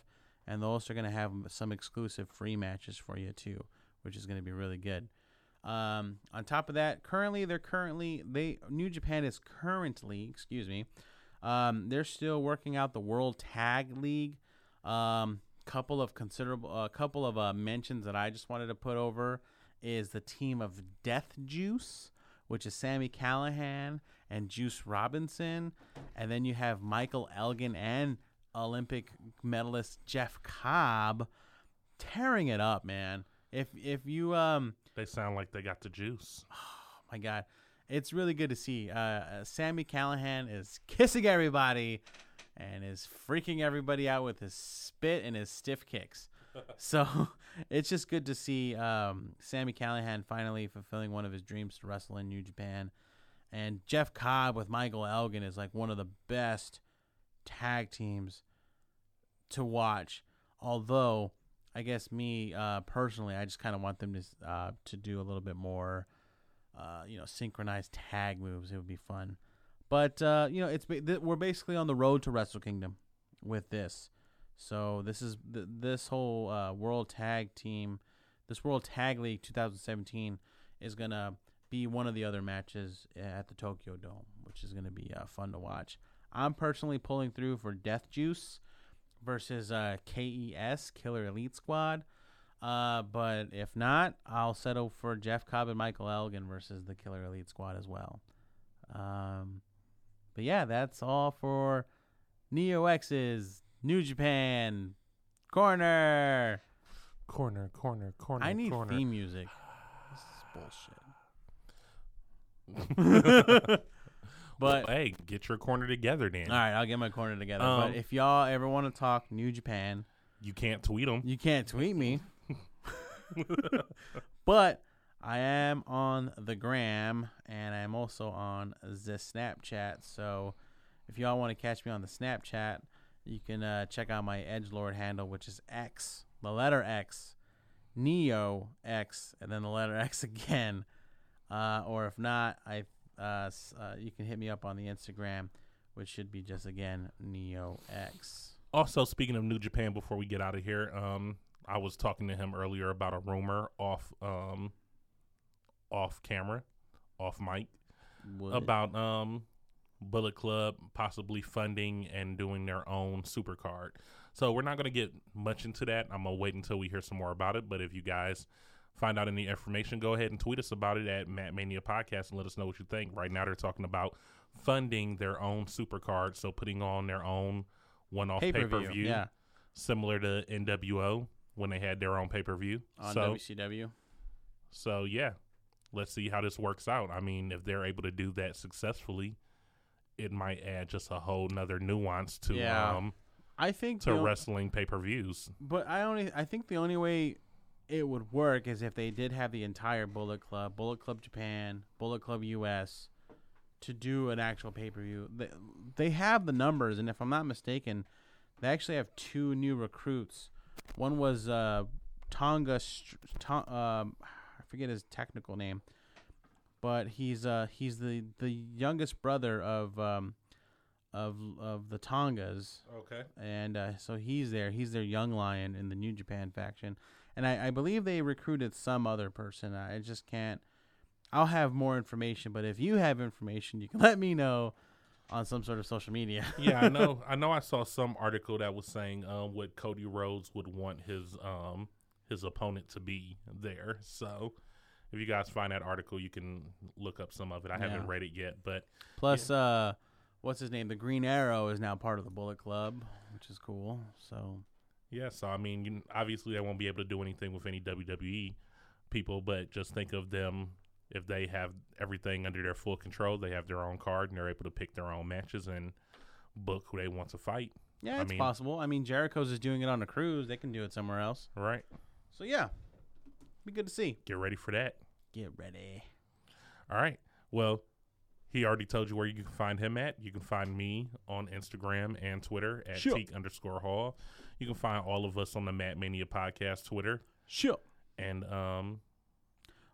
Speaker 2: and they're also gonna have some exclusive free matches for you too, which is gonna be really good. Um, on top of that, currently they're currently they New Japan is currently excuse me, um, they're still working out the World Tag League. Um, couple of considerable a couple of uh, mentions that I just wanted to put over is the team of Death Juice, which is Sammy Callahan and Juice Robinson, and then you have Michael Elgin and Olympic medalist Jeff Cobb tearing it up, man. If if you um
Speaker 1: They sound like they got the juice.
Speaker 2: my god it's really good to see uh, uh, sammy callahan is kissing everybody and is freaking everybody out with his spit and his stiff kicks so it's just good to see um, sammy callahan finally fulfilling one of his dreams to wrestle in new japan and jeff cobb with michael elgin is like one of the best tag teams to watch although i guess me uh, personally i just kind of want them to, uh, to do a little bit more uh, you know, synchronized tag moves. It would be fun. But uh, you know, it's ba- th- we're basically on the road to Wrestle Kingdom with this. So this is th- this whole uh, World Tag Team, this World Tag League 2017 is gonna be one of the other matches at the Tokyo Dome, which is gonna be uh, fun to watch. I'm personally pulling through for Death Juice versus uh, KES Killer Elite Squad. Uh, but if not, I'll settle for Jeff Cobb and Michael Elgin versus the Killer Elite Squad as well. Um, but yeah, that's all for Neo X's New Japan corner.
Speaker 1: Corner, corner, corner.
Speaker 2: I need
Speaker 1: corner.
Speaker 2: theme music. This is bullshit.
Speaker 1: Well,
Speaker 2: But all
Speaker 1: hey, get your corner together, then.
Speaker 2: right, I'll get my corner together.
Speaker 1: Um,
Speaker 2: but if y'all ever want to talk New Japan,
Speaker 1: You can't tweet them.
Speaker 2: You can't tweet me. but I am on the gram and I'm also on the Snapchat. So if y'all want to catch me on the Snapchat, you can uh, check out my Edgelord handle, which is X, the letter X, Neo X, and then the letter X again. Uh, or if not, I uh, s- uh, you can hit me up on the Instagram, which should be just again Neo X.
Speaker 1: Also, speaking of New Japan, before we get out of here, um, I was talking to him earlier about a rumor off, um, off camera, off mic
Speaker 2: Would-
Speaker 1: about um, Bullet Club possibly funding and doing their own super card. So we're not going to get much into that. I'm gonna wait until we hear some more about it. But if you guys find out any information, go ahead and tweet us about it at Matt Mania Podcast and let us know what you think. Right now, they're talking about funding their own super card, so putting on their own one-off
Speaker 2: Pay-per-view,
Speaker 1: pay-per-view,
Speaker 2: yeah.
Speaker 1: similar to NWO when they had their own pay-per-view.
Speaker 2: on
Speaker 1: so
Speaker 2: WCW.
Speaker 1: so yeah, let's see how this works out. I mean, if they're able to do that successfully, it might add just a whole nother nuance to
Speaker 2: Yeah.
Speaker 1: um
Speaker 2: I think
Speaker 1: to
Speaker 2: the on-
Speaker 1: wrestling pay per views.
Speaker 2: but I only I think the only way it would work is if they did have the entire Bullet Club, Bullet Club Japan, Bullet Club US to do an actual pay per view. They, they have the numbers, and if I'm not mistaken, they actually have two new recruits. One was uh, Tonga, Str- Ton- um, I forget his technical name, but he's uh, he's the, the youngest brother of um, of of the Tongas
Speaker 1: Okay.
Speaker 2: and uh, so he's there. He's their young lion in the New Japan faction, and I, I believe they recruited some other person. I just can't. I'll have more information, but if you have information, you can let me know on some sort of social media.
Speaker 1: yeah, I know. I know. I saw some article that was saying um, what Cody Rhodes would want his um his opponent to be there. So If you guys find that article, you can look up some of it. I haven't
Speaker 2: Yeah.
Speaker 1: read it yet, but
Speaker 2: Plus, uh, what's his name? The Green Arrow is now part of the Bullet Club, which is cool. So
Speaker 1: yeah. So I mean, you, obviously, I won't be able to do anything with any WWE people, but just think of them if they have everything under their full control. They have their own card and they're able to pick their own matches and book who they want to fight.
Speaker 2: yeah,
Speaker 1: I
Speaker 2: it's
Speaker 1: mean-
Speaker 2: possible. I mean, Jericho's is doing it on a cruise. They can do it somewhere else.
Speaker 1: Right?
Speaker 2: So yeah, be good to see.
Speaker 1: Get ready for that.
Speaker 2: Get ready.
Speaker 1: All right. Well, he already told you where you can find him at. You can find me on Instagram and Twitter at
Speaker 2: Sure.
Speaker 1: Teak underscore Hall. You can find all of us on the Matt Mania podcast Twitter.
Speaker 2: Sure.
Speaker 1: And um,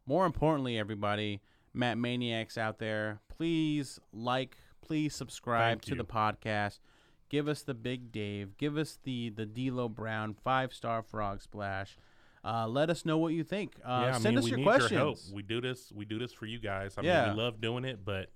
Speaker 2: More importantly, everybody, Matt Maniacs out there, please like, please
Speaker 1: Thank
Speaker 2: subscribe to the
Speaker 1: you.
Speaker 2: podcast. Give us the Big Dave. Give us the the D'Lo Brown five star frog splash. Uh, let us know what you think. Uh,
Speaker 1: yeah, I
Speaker 2: send
Speaker 1: mean,
Speaker 2: us
Speaker 1: we
Speaker 2: your
Speaker 1: need
Speaker 2: questions.
Speaker 1: your help. We do this. We do this for you guys. I
Speaker 2: Yeah.
Speaker 1: mean, we love doing it, but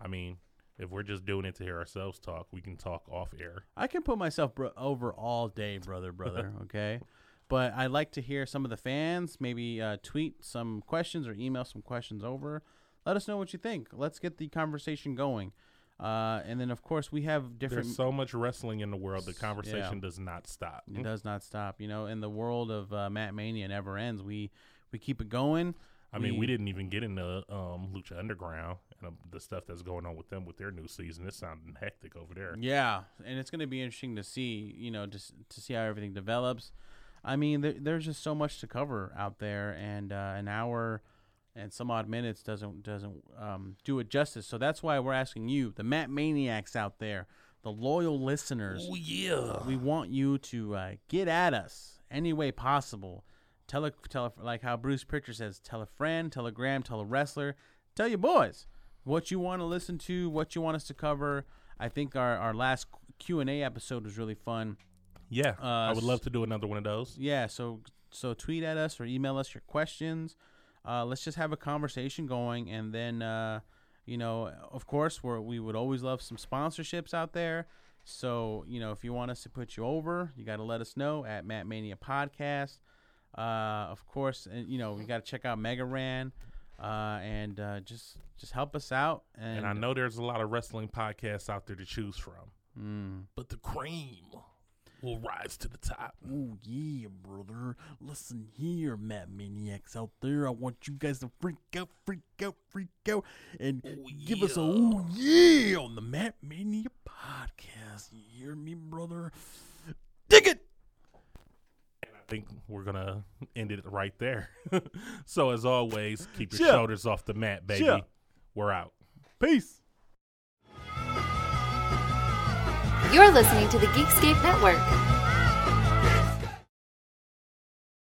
Speaker 1: I mean, if we're just doing it to hear ourselves talk, we can talk off air.
Speaker 2: I can put myself bro- over all day, brother, brother. okay, but I like to hear some of the fans maybe uh, tweet some questions or email some questions over. Let us know what you think. Let's get the conversation going. Uh, and then, of course, we have different.
Speaker 1: There's so much wrestling in the world. The conversation does not stop.
Speaker 2: it does not stop, you know. In the world of uh, Matt Mania, never ends. We we keep it going.
Speaker 1: I mean, we didn't even get into um, Lucha Underground and um, the stuff that's going on with them with their new season. It's sounding hectic over there.
Speaker 2: Yeah, and it's going to be interesting to see, you know, just to see how everything develops. I mean, there, there's just so much to cover out there, and uh, an hour and some odd minutes doesn't doesn't um, do it justice. So that's why we're asking you, the Matt Maniacs out there, the loyal listeners,
Speaker 1: Oh yeah.
Speaker 2: we want you to uh, get at us any way possible. Tell a, tell a, like how Bruce Pritchard says, tell a friend, tell a gram, tell a wrestler, tell your boys what you want to listen to, what you want us to cover. I think our, our last Q and A episode was really fun.
Speaker 1: Yeah. I
Speaker 2: s-
Speaker 1: would love to do another one of those.
Speaker 2: Yeah, so so tweet at us or email us your questions. Uh, let's just have a conversation going, and then uh, you know, of course, we're, we would always love some sponsorships out there. So you know, if you want us to put you over, you got to let us know at Matt Mania Podcast. Uh, of course, and you know, we got to check out Mega Ran, uh, and uh, just just help us out. And,
Speaker 1: And I know there's a lot of wrestling podcasts out there to choose from, Mm. but the cream will rise to the top.
Speaker 2: Oh yeah, brother. Listen here, Matt Maniacs out there. I want you guys to freak out, freak out, freak out, and give us a ooh yeah on the Matt Mania podcast. You hear me, brother? Dig it.
Speaker 1: I think we're gonna end it right there. so as always, keep your
Speaker 2: Yeah.
Speaker 1: shoulders off the mat, baby.
Speaker 2: Yeah.
Speaker 1: We're out.
Speaker 2: Peace.
Speaker 3: You're listening to the Geekscape Network.